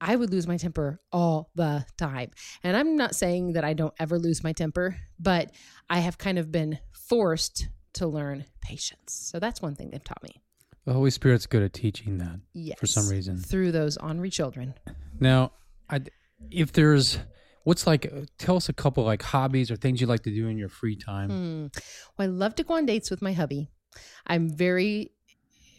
Speaker 7: I would lose my temper all the time. And I'm not saying that I don't ever lose my temper, but I have kind of been forced to learn patience. So that's one thing they've taught me.
Speaker 3: The Holy Spirit's good at teaching that
Speaker 7: Yes.
Speaker 3: for some reason.
Speaker 7: Through those ornery children.
Speaker 3: Now, I, if there's what's like, uh, tell us a couple like hobbies or things you like to do in your free time.
Speaker 7: Mm. Well, I love to go on dates with my hubby. I'm very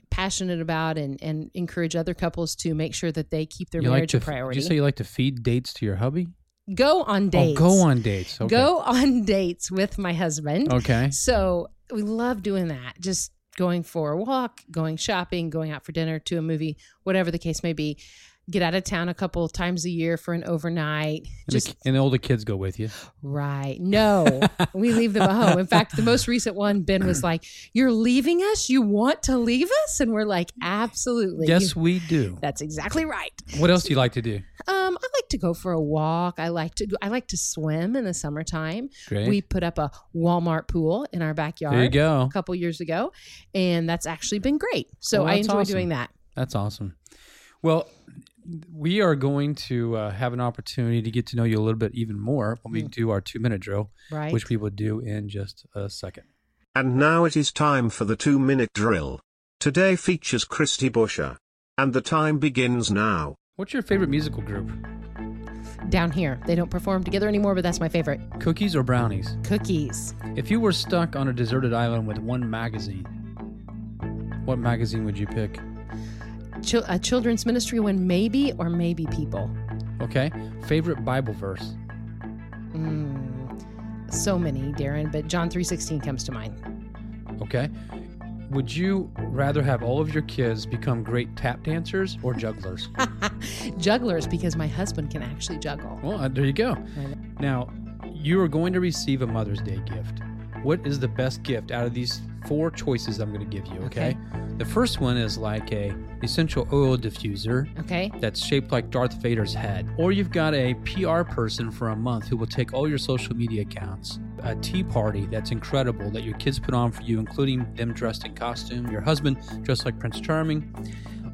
Speaker 7: passionate about and, and encourage other couples to make sure that they keep their
Speaker 3: you like
Speaker 7: marriage
Speaker 3: to
Speaker 7: a priority.
Speaker 3: Did you say you like to feed dates to your hubby?
Speaker 7: go on
Speaker 3: Oh,
Speaker 7: dates.
Speaker 3: go on dates. Okay.
Speaker 7: Go on (laughs) dates with my husband.
Speaker 3: Okay.
Speaker 7: So we love doing that. Just going for a walk, going shopping, going out for dinner, to a movie, whatever the case may be. Get out of town a couple times a year for an overnight.
Speaker 3: And,
Speaker 7: Just
Speaker 3: the, ki- and the older kids go with you.
Speaker 7: Right. No, we leave them at home. In fact, the most recent one, Ben was like, You're leaving us? You want to leave us? And we're like, Absolutely.
Speaker 3: Yes, we do.
Speaker 7: That's exactly right.
Speaker 3: What else do you like to do?
Speaker 7: Um, I like to go for a walk. I like to go, I like to swim in the summertime.
Speaker 3: Great.
Speaker 7: We put up a Walmart pool in our backyard
Speaker 3: there you
Speaker 7: a
Speaker 3: go.
Speaker 7: couple years ago, and that's actually been great. So
Speaker 3: Well,
Speaker 7: I
Speaker 3: that's
Speaker 7: enjoy
Speaker 3: awesome.
Speaker 7: doing that.
Speaker 3: That's awesome. Well, we are going to uh, have an opportunity to get to know you a little bit even more when we do our two minute drill,
Speaker 7: Right.
Speaker 3: which we will do in just a second.
Speaker 1: And now it is time for the two minute drill. Today features Christy Busher. And the time begins now.
Speaker 3: What's your favorite musical group?
Speaker 7: Down here, they don't perform together anymore, but that's my favorite.
Speaker 3: Cookies or brownies?
Speaker 7: Cookies.
Speaker 3: If you were stuck on a deserted island with one magazine, what magazine would you pick?
Speaker 7: Chil- a children's ministry when maybe or maybe people.
Speaker 3: Okay. Favorite Bible verse?
Speaker 7: Mm, so many, Darren, but John 3:16 comes to mind. (laughs)
Speaker 3: Okay. Would you rather have all of your kids become great tap dancers or jugglers?
Speaker 7: Jugglers because my husband can actually juggle.
Speaker 3: well, uh, there you go. Now, you are going to receive a Mother's Day gift. What is the best gift out of these four choices I'm going to give you? Okay? The first one is like a essential oil diffuser
Speaker 7: Okay?
Speaker 3: that's shaped like Darth Vader's head, or you've got a PR person for a month who will take all your social media accounts, a tea party that's incredible that your kids put on for you, including them dressed in costume, your husband dressed like Prince Charming,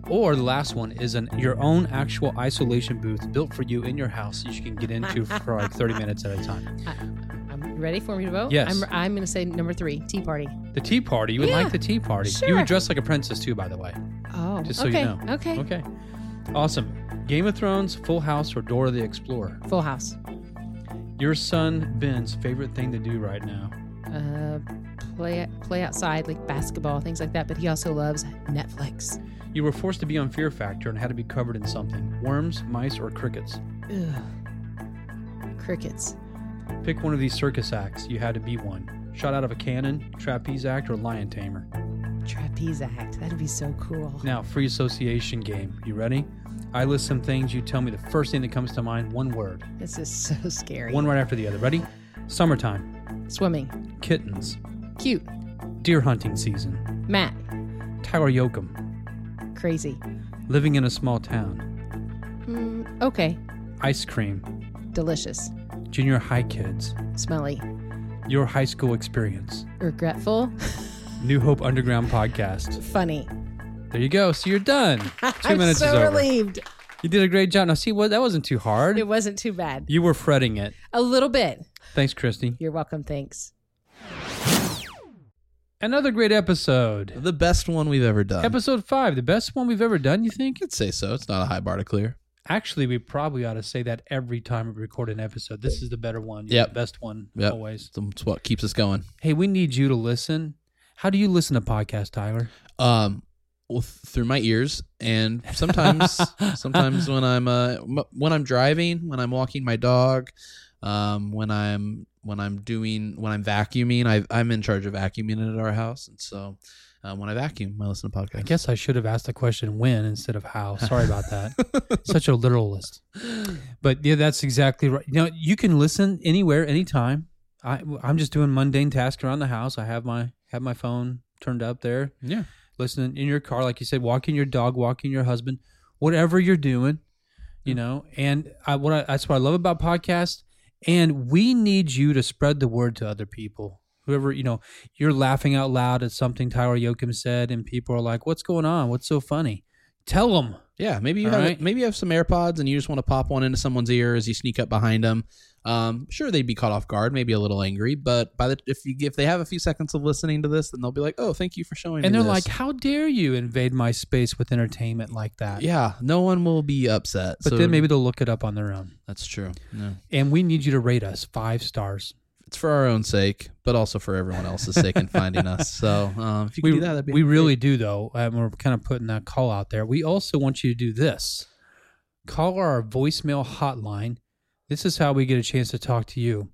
Speaker 3: or the last one is an your own actual isolation booth built for you in your house that you can get
Speaker 7: (laughs)
Speaker 3: into for like 30 minutes at a time.
Speaker 7: Um, you ready for me to vote?
Speaker 3: Yes.
Speaker 7: I'm, I'm going to say number 3, tea party.
Speaker 3: The tea party, you would
Speaker 7: Yeah,
Speaker 3: like the tea party. You
Speaker 7: sure.
Speaker 3: would dress like a princess too, by the way.
Speaker 7: Oh,
Speaker 3: Just so
Speaker 7: okay.
Speaker 3: you know.
Speaker 7: Okay.
Speaker 3: Okay. Awesome. Game of Thrones, Full House, or Dora the Explorer?
Speaker 7: Full house.
Speaker 3: Your son Ben's favorite thing to do right now.
Speaker 7: Uh play play outside like basketball, things like that, but he also loves Netflix.
Speaker 3: You were forced to be on Fear Factor and had to be covered in something worms, mice, or crickets.
Speaker 7: Ugh. Crickets.
Speaker 3: Pick one of these circus acts. You had to be one. Shot out of a cannon, trapeze act, or lion tamer.
Speaker 7: Trapeze act. That'd be so cool.
Speaker 3: Now, free association game. You ready? I list some things. You tell me the first thing that comes to mind. One word.
Speaker 7: This is so scary.
Speaker 3: One right after the other. Ready? Summertime.
Speaker 7: Swimming.
Speaker 3: Kittens.
Speaker 7: Cute.
Speaker 3: Deer hunting season.
Speaker 7: Matt.
Speaker 3: Tyler Yoakum.
Speaker 7: Crazy.
Speaker 3: Living in a small town.
Speaker 7: Mm, okay.
Speaker 3: Ice cream.
Speaker 7: Delicious.
Speaker 3: Junior high kids.
Speaker 7: Smelly.
Speaker 3: Your high school experience.
Speaker 7: Regretful. (laughs)
Speaker 3: New Hope Underground podcast.
Speaker 7: Funny.
Speaker 3: There you go. So you're done. 2
Speaker 7: (laughs) I'm
Speaker 3: minutes
Speaker 7: so
Speaker 3: is over.
Speaker 7: relieved.
Speaker 3: You did a great job. Now see what that wasn't too hard.
Speaker 7: It wasn't too bad.
Speaker 3: you were fretting it.
Speaker 7: A little bit.
Speaker 3: Thanks, Christy.
Speaker 7: You're welcome. Thanks.
Speaker 3: Another great episode.
Speaker 2: The best one we've ever done.
Speaker 3: Episode five, the best one we've ever done. You think?
Speaker 2: I'd say so. It's not a high bar to clear.
Speaker 3: Actually, we probably ought to say that every time we record an episode. This is the better one. You're
Speaker 2: Yep.
Speaker 3: the best one
Speaker 2: Yep.
Speaker 3: always.
Speaker 2: It's what keeps us going.
Speaker 3: Hey, we need you to listen. How do you listen to podcasts, Tyler?
Speaker 2: Um, well, th- through my ears, and
Speaker 3: (laughs)
Speaker 2: sometimes, sometimes when I'm uh, m- when I'm driving, when I'm walking my dog, um, when I'm when I'm doing when I'm vacuuming, I, I'm in charge of vacuuming at our house, and so um, when I vacuum, I listen to podcasts.
Speaker 3: I guess I should have asked the question when instead of how. Sorry about
Speaker 2: (laughs)
Speaker 3: that. Such a literalist. But yeah, that's exactly right. Now you can listen anywhere, anytime. I, I'm just doing mundane tasks around the house. I have my have my phone turned up there,
Speaker 2: Yeah.
Speaker 3: listening in your car, like you said, walking your dog, walking your husband, whatever you're doing, you know. And I what I, that's what I love about podcasts. And we need you to spread the word to other people. Whoever you know, you're laughing out loud at something Tyler Yoakum said, and people are like, "What's going on? What's so funny?" Tell them.
Speaker 2: Yeah, maybe you
Speaker 3: All
Speaker 2: have
Speaker 3: right.
Speaker 2: maybe you have some AirPods and you just want to pop one into someone's ear as you sneak up behind them. Um, sure, they'd be caught off guard, maybe a little angry, but by the if you if they have a few seconds of listening to this, then they'll be like, "Oh, thank you for showing me."
Speaker 3: And they're
Speaker 2: this."
Speaker 3: like, "How dare you invade my space with entertainment like that?"
Speaker 2: "Yeah, no one will be upset."
Speaker 3: But
Speaker 2: so-
Speaker 3: then maybe they'll look it up on their own.
Speaker 2: that's true. No,
Speaker 3: And we need you to rate us five stars.
Speaker 2: it's for our own sake, but also for everyone else's sake in finding us. So um, if you
Speaker 3: We,
Speaker 2: could do that, that'd be
Speaker 3: we
Speaker 2: great.
Speaker 3: really do, though. And we're kind of putting that call out there. We also want you to do this call our voicemail hotline. This is how we get a chance to talk to you.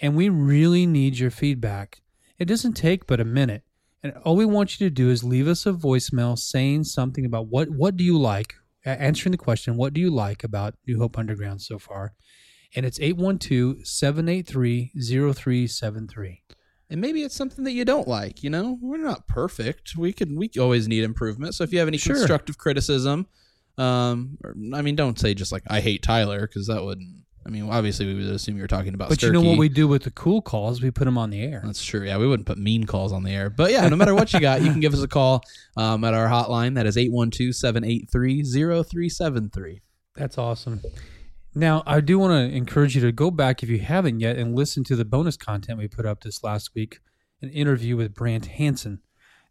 Speaker 3: And we really need your feedback. It doesn't take but a minute. And all we want you to do is leave us a voicemail saying something about what, what do you like, a- answering the question, what do you like about New Hope Underground so far? And it's 812 783 0373.
Speaker 2: and maybe it's something that you don't like. You know, we're not perfect. We could we always need improvement. So if you have any
Speaker 3: Sure.
Speaker 2: constructive criticism, um, or, I mean, don't say just like I hate Tyler because that wouldn't. I mean, obviously we would assume you're talking about.
Speaker 3: But you know what
Speaker 2: Sturkey.
Speaker 3: we do with the cool calls? We put them on the air.
Speaker 2: That's true. Yeah, we wouldn't put mean calls on the air. But yeah, no matter what you got, you can give us a call um, at our hotline. That is 812 783 0373.
Speaker 3: That's awesome. Now, I do want to encourage you to go back if you haven't yet and listen to the bonus content we put up this last week, an interview with Brant Hansen.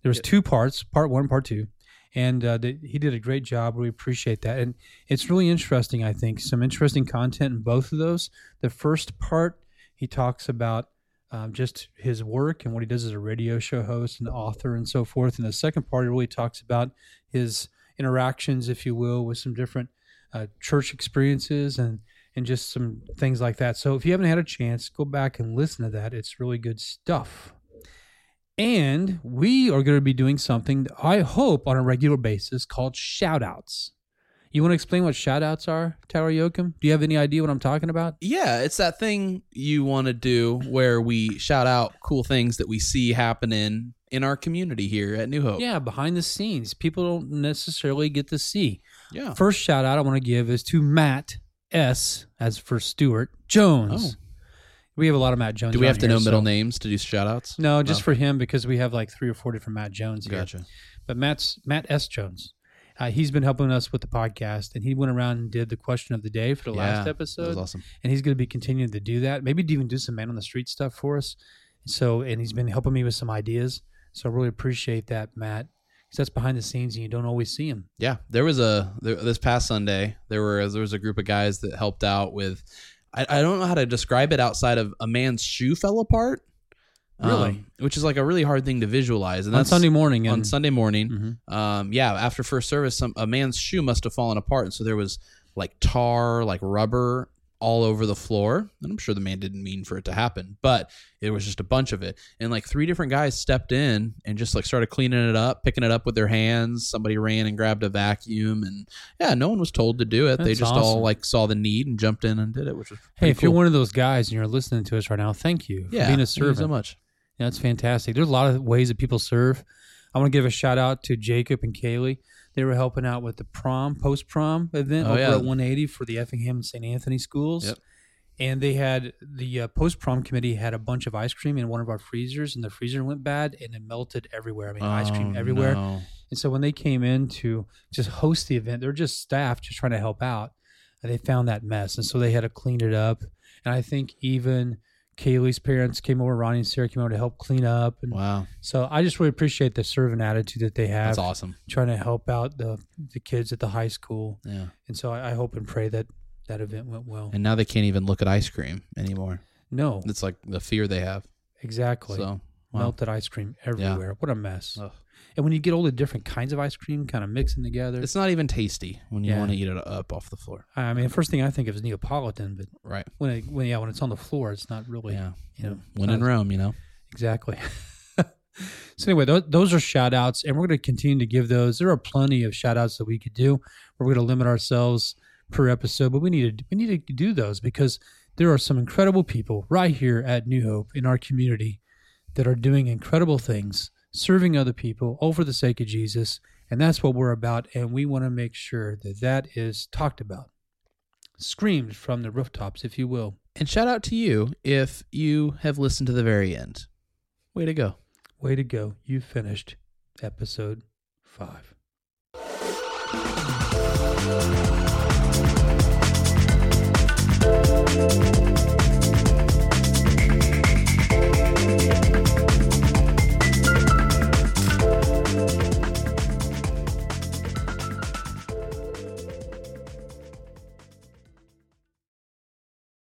Speaker 3: There was two parts, part one, part two, and uh, the, he did a great job. We appreciate that, and it's really interesting. I think some interesting content in both of those. The first part, he talks about um, just his work and what he does as a radio show host and author and so forth. And the second part, he really talks about his interactions, if you will, with some different uh, church experiences and and just some things like that. So if you haven't had a chance, go back and listen to that. It's really good stuff. And we are going to be doing something that I hope on a regular basis called shout outs. You want to explain what shout outs are, Tyler Yoakum? Do you have any idea what I'm talking about?
Speaker 2: Yeah, it's that thing you want to do where we shout out cool things that we see happening in our community here at New Hope.
Speaker 3: Yeah, behind the scenes. People don't necessarily get to see.
Speaker 2: Yeah.
Speaker 3: First shout out I want to give is to Matt S, as for Stuart Jones. We have a lot of Matt Jones.
Speaker 2: Oh. Do we
Speaker 3: around
Speaker 2: have to
Speaker 3: here,
Speaker 2: know middle
Speaker 3: so-
Speaker 2: names to do shout outs?
Speaker 3: No, just for him because we have like three or four different Matt Jones here.
Speaker 2: Gotcha.
Speaker 3: But Matt's Matt S Jones, uh, he's been helping us with the podcast, and he went around and did the question of the day for the last
Speaker 2: Yeah,
Speaker 3: episode,
Speaker 2: That was awesome.
Speaker 3: and he's going to be continuing to do that. Maybe even do some man on the street stuff for us. So, and he's been helping me with some ideas. So I really appreciate that, Matt, because that's behind the scenes, and you don't always see him.
Speaker 2: Yeah, there was a there, this past Sunday. There were there was a group of guys that helped out with. I, I don't know how to describe it outside of a man's shoe fell apart. um,
Speaker 3: Really?
Speaker 2: which is like a really hard thing to visualize. And
Speaker 3: on
Speaker 2: that's
Speaker 3: Sunday morning and
Speaker 2: on Sunday morning.
Speaker 3: Mhm.
Speaker 2: Um, yeah, after first service, some a man's shoe must have fallen apart, and so there was like tar, like rubber all over the floor. And I'm sure the man didn't mean for it to happen, but it was just a bunch of it. And like three different guys stepped in and just like started cleaning it up, picking it up with their hands. Somebody ran and grabbed a vacuum, and yeah, no one was told to do it. they
Speaker 3: That's
Speaker 2: just all
Speaker 3: awesome.
Speaker 2: like saw the need and jumped in and did it, which was
Speaker 3: Hey,
Speaker 2: pretty
Speaker 3: if you're
Speaker 2: cool.
Speaker 3: one of those guys and you're listening to us right now, thank you
Speaker 2: yeah,
Speaker 3: for being a
Speaker 2: thank you
Speaker 3: servant.
Speaker 2: so much.
Speaker 3: Yeah, that's fantastic. There's a lot of ways that people serve. I want to give a shout out to Jacob and Kaylee. They were helping out with the prom, post prom event
Speaker 2: Oh,
Speaker 3: over
Speaker 2: yeah.
Speaker 3: at 180 for the Effingham and St. Anthony schools.
Speaker 2: Yep.
Speaker 3: And they had the uh, post prom committee had a bunch of ice cream in one of our freezers, and the freezer went bad and it melted everywhere. I mean, ice cream
Speaker 2: Oh,
Speaker 3: everywhere.
Speaker 2: no.
Speaker 3: And so when they came in to just host the event, they're just staff just trying to help out. And they found that mess. And so they had to clean it up. And I think even Kaylee's parents came over, Ronnie and Sarah came over to help clean up. And
Speaker 2: Wow,
Speaker 3: so I just really appreciate the servant attitude that they have,
Speaker 2: that's awesome.
Speaker 3: trying to help out the, the kids at the high school.
Speaker 2: Yeah,
Speaker 3: And so I, I hope and pray that that event went well.
Speaker 2: and now they can't even look at ice cream anymore.
Speaker 3: no,
Speaker 2: It's like the fear they have.
Speaker 3: exactly.
Speaker 2: So wow.
Speaker 3: Melted ice cream everywhere. What a mess.
Speaker 2: Ugh.
Speaker 3: And when you get all the different kinds of ice cream kind of mixing together,
Speaker 2: it's not even tasty when you
Speaker 3: Yeah.
Speaker 2: want to eat it up off the floor.
Speaker 3: I mean, the first thing I think of is Neapolitan, but
Speaker 2: Right.
Speaker 3: when it, when yeah when it's on the floor it's not really
Speaker 2: Yeah.
Speaker 3: you know
Speaker 2: When in
Speaker 3: not-
Speaker 2: Rome, you know.
Speaker 3: exactly (laughs) so anyway those, those are shout outs and we're going to continue to give those there are plenty of shout outs that we could do we're going to limit ourselves per episode but we need to we need to do those because there are some incredible people right here at New Hope in our community that are doing incredible things, serving other people, all for the sake of Jesus. And that's what we're about. And we want to make sure that that is talked about, screamed from the rooftops, if you will.
Speaker 2: And shout out to you if you have listened to the very end. Way to go.
Speaker 3: Way to go. You finished episode five.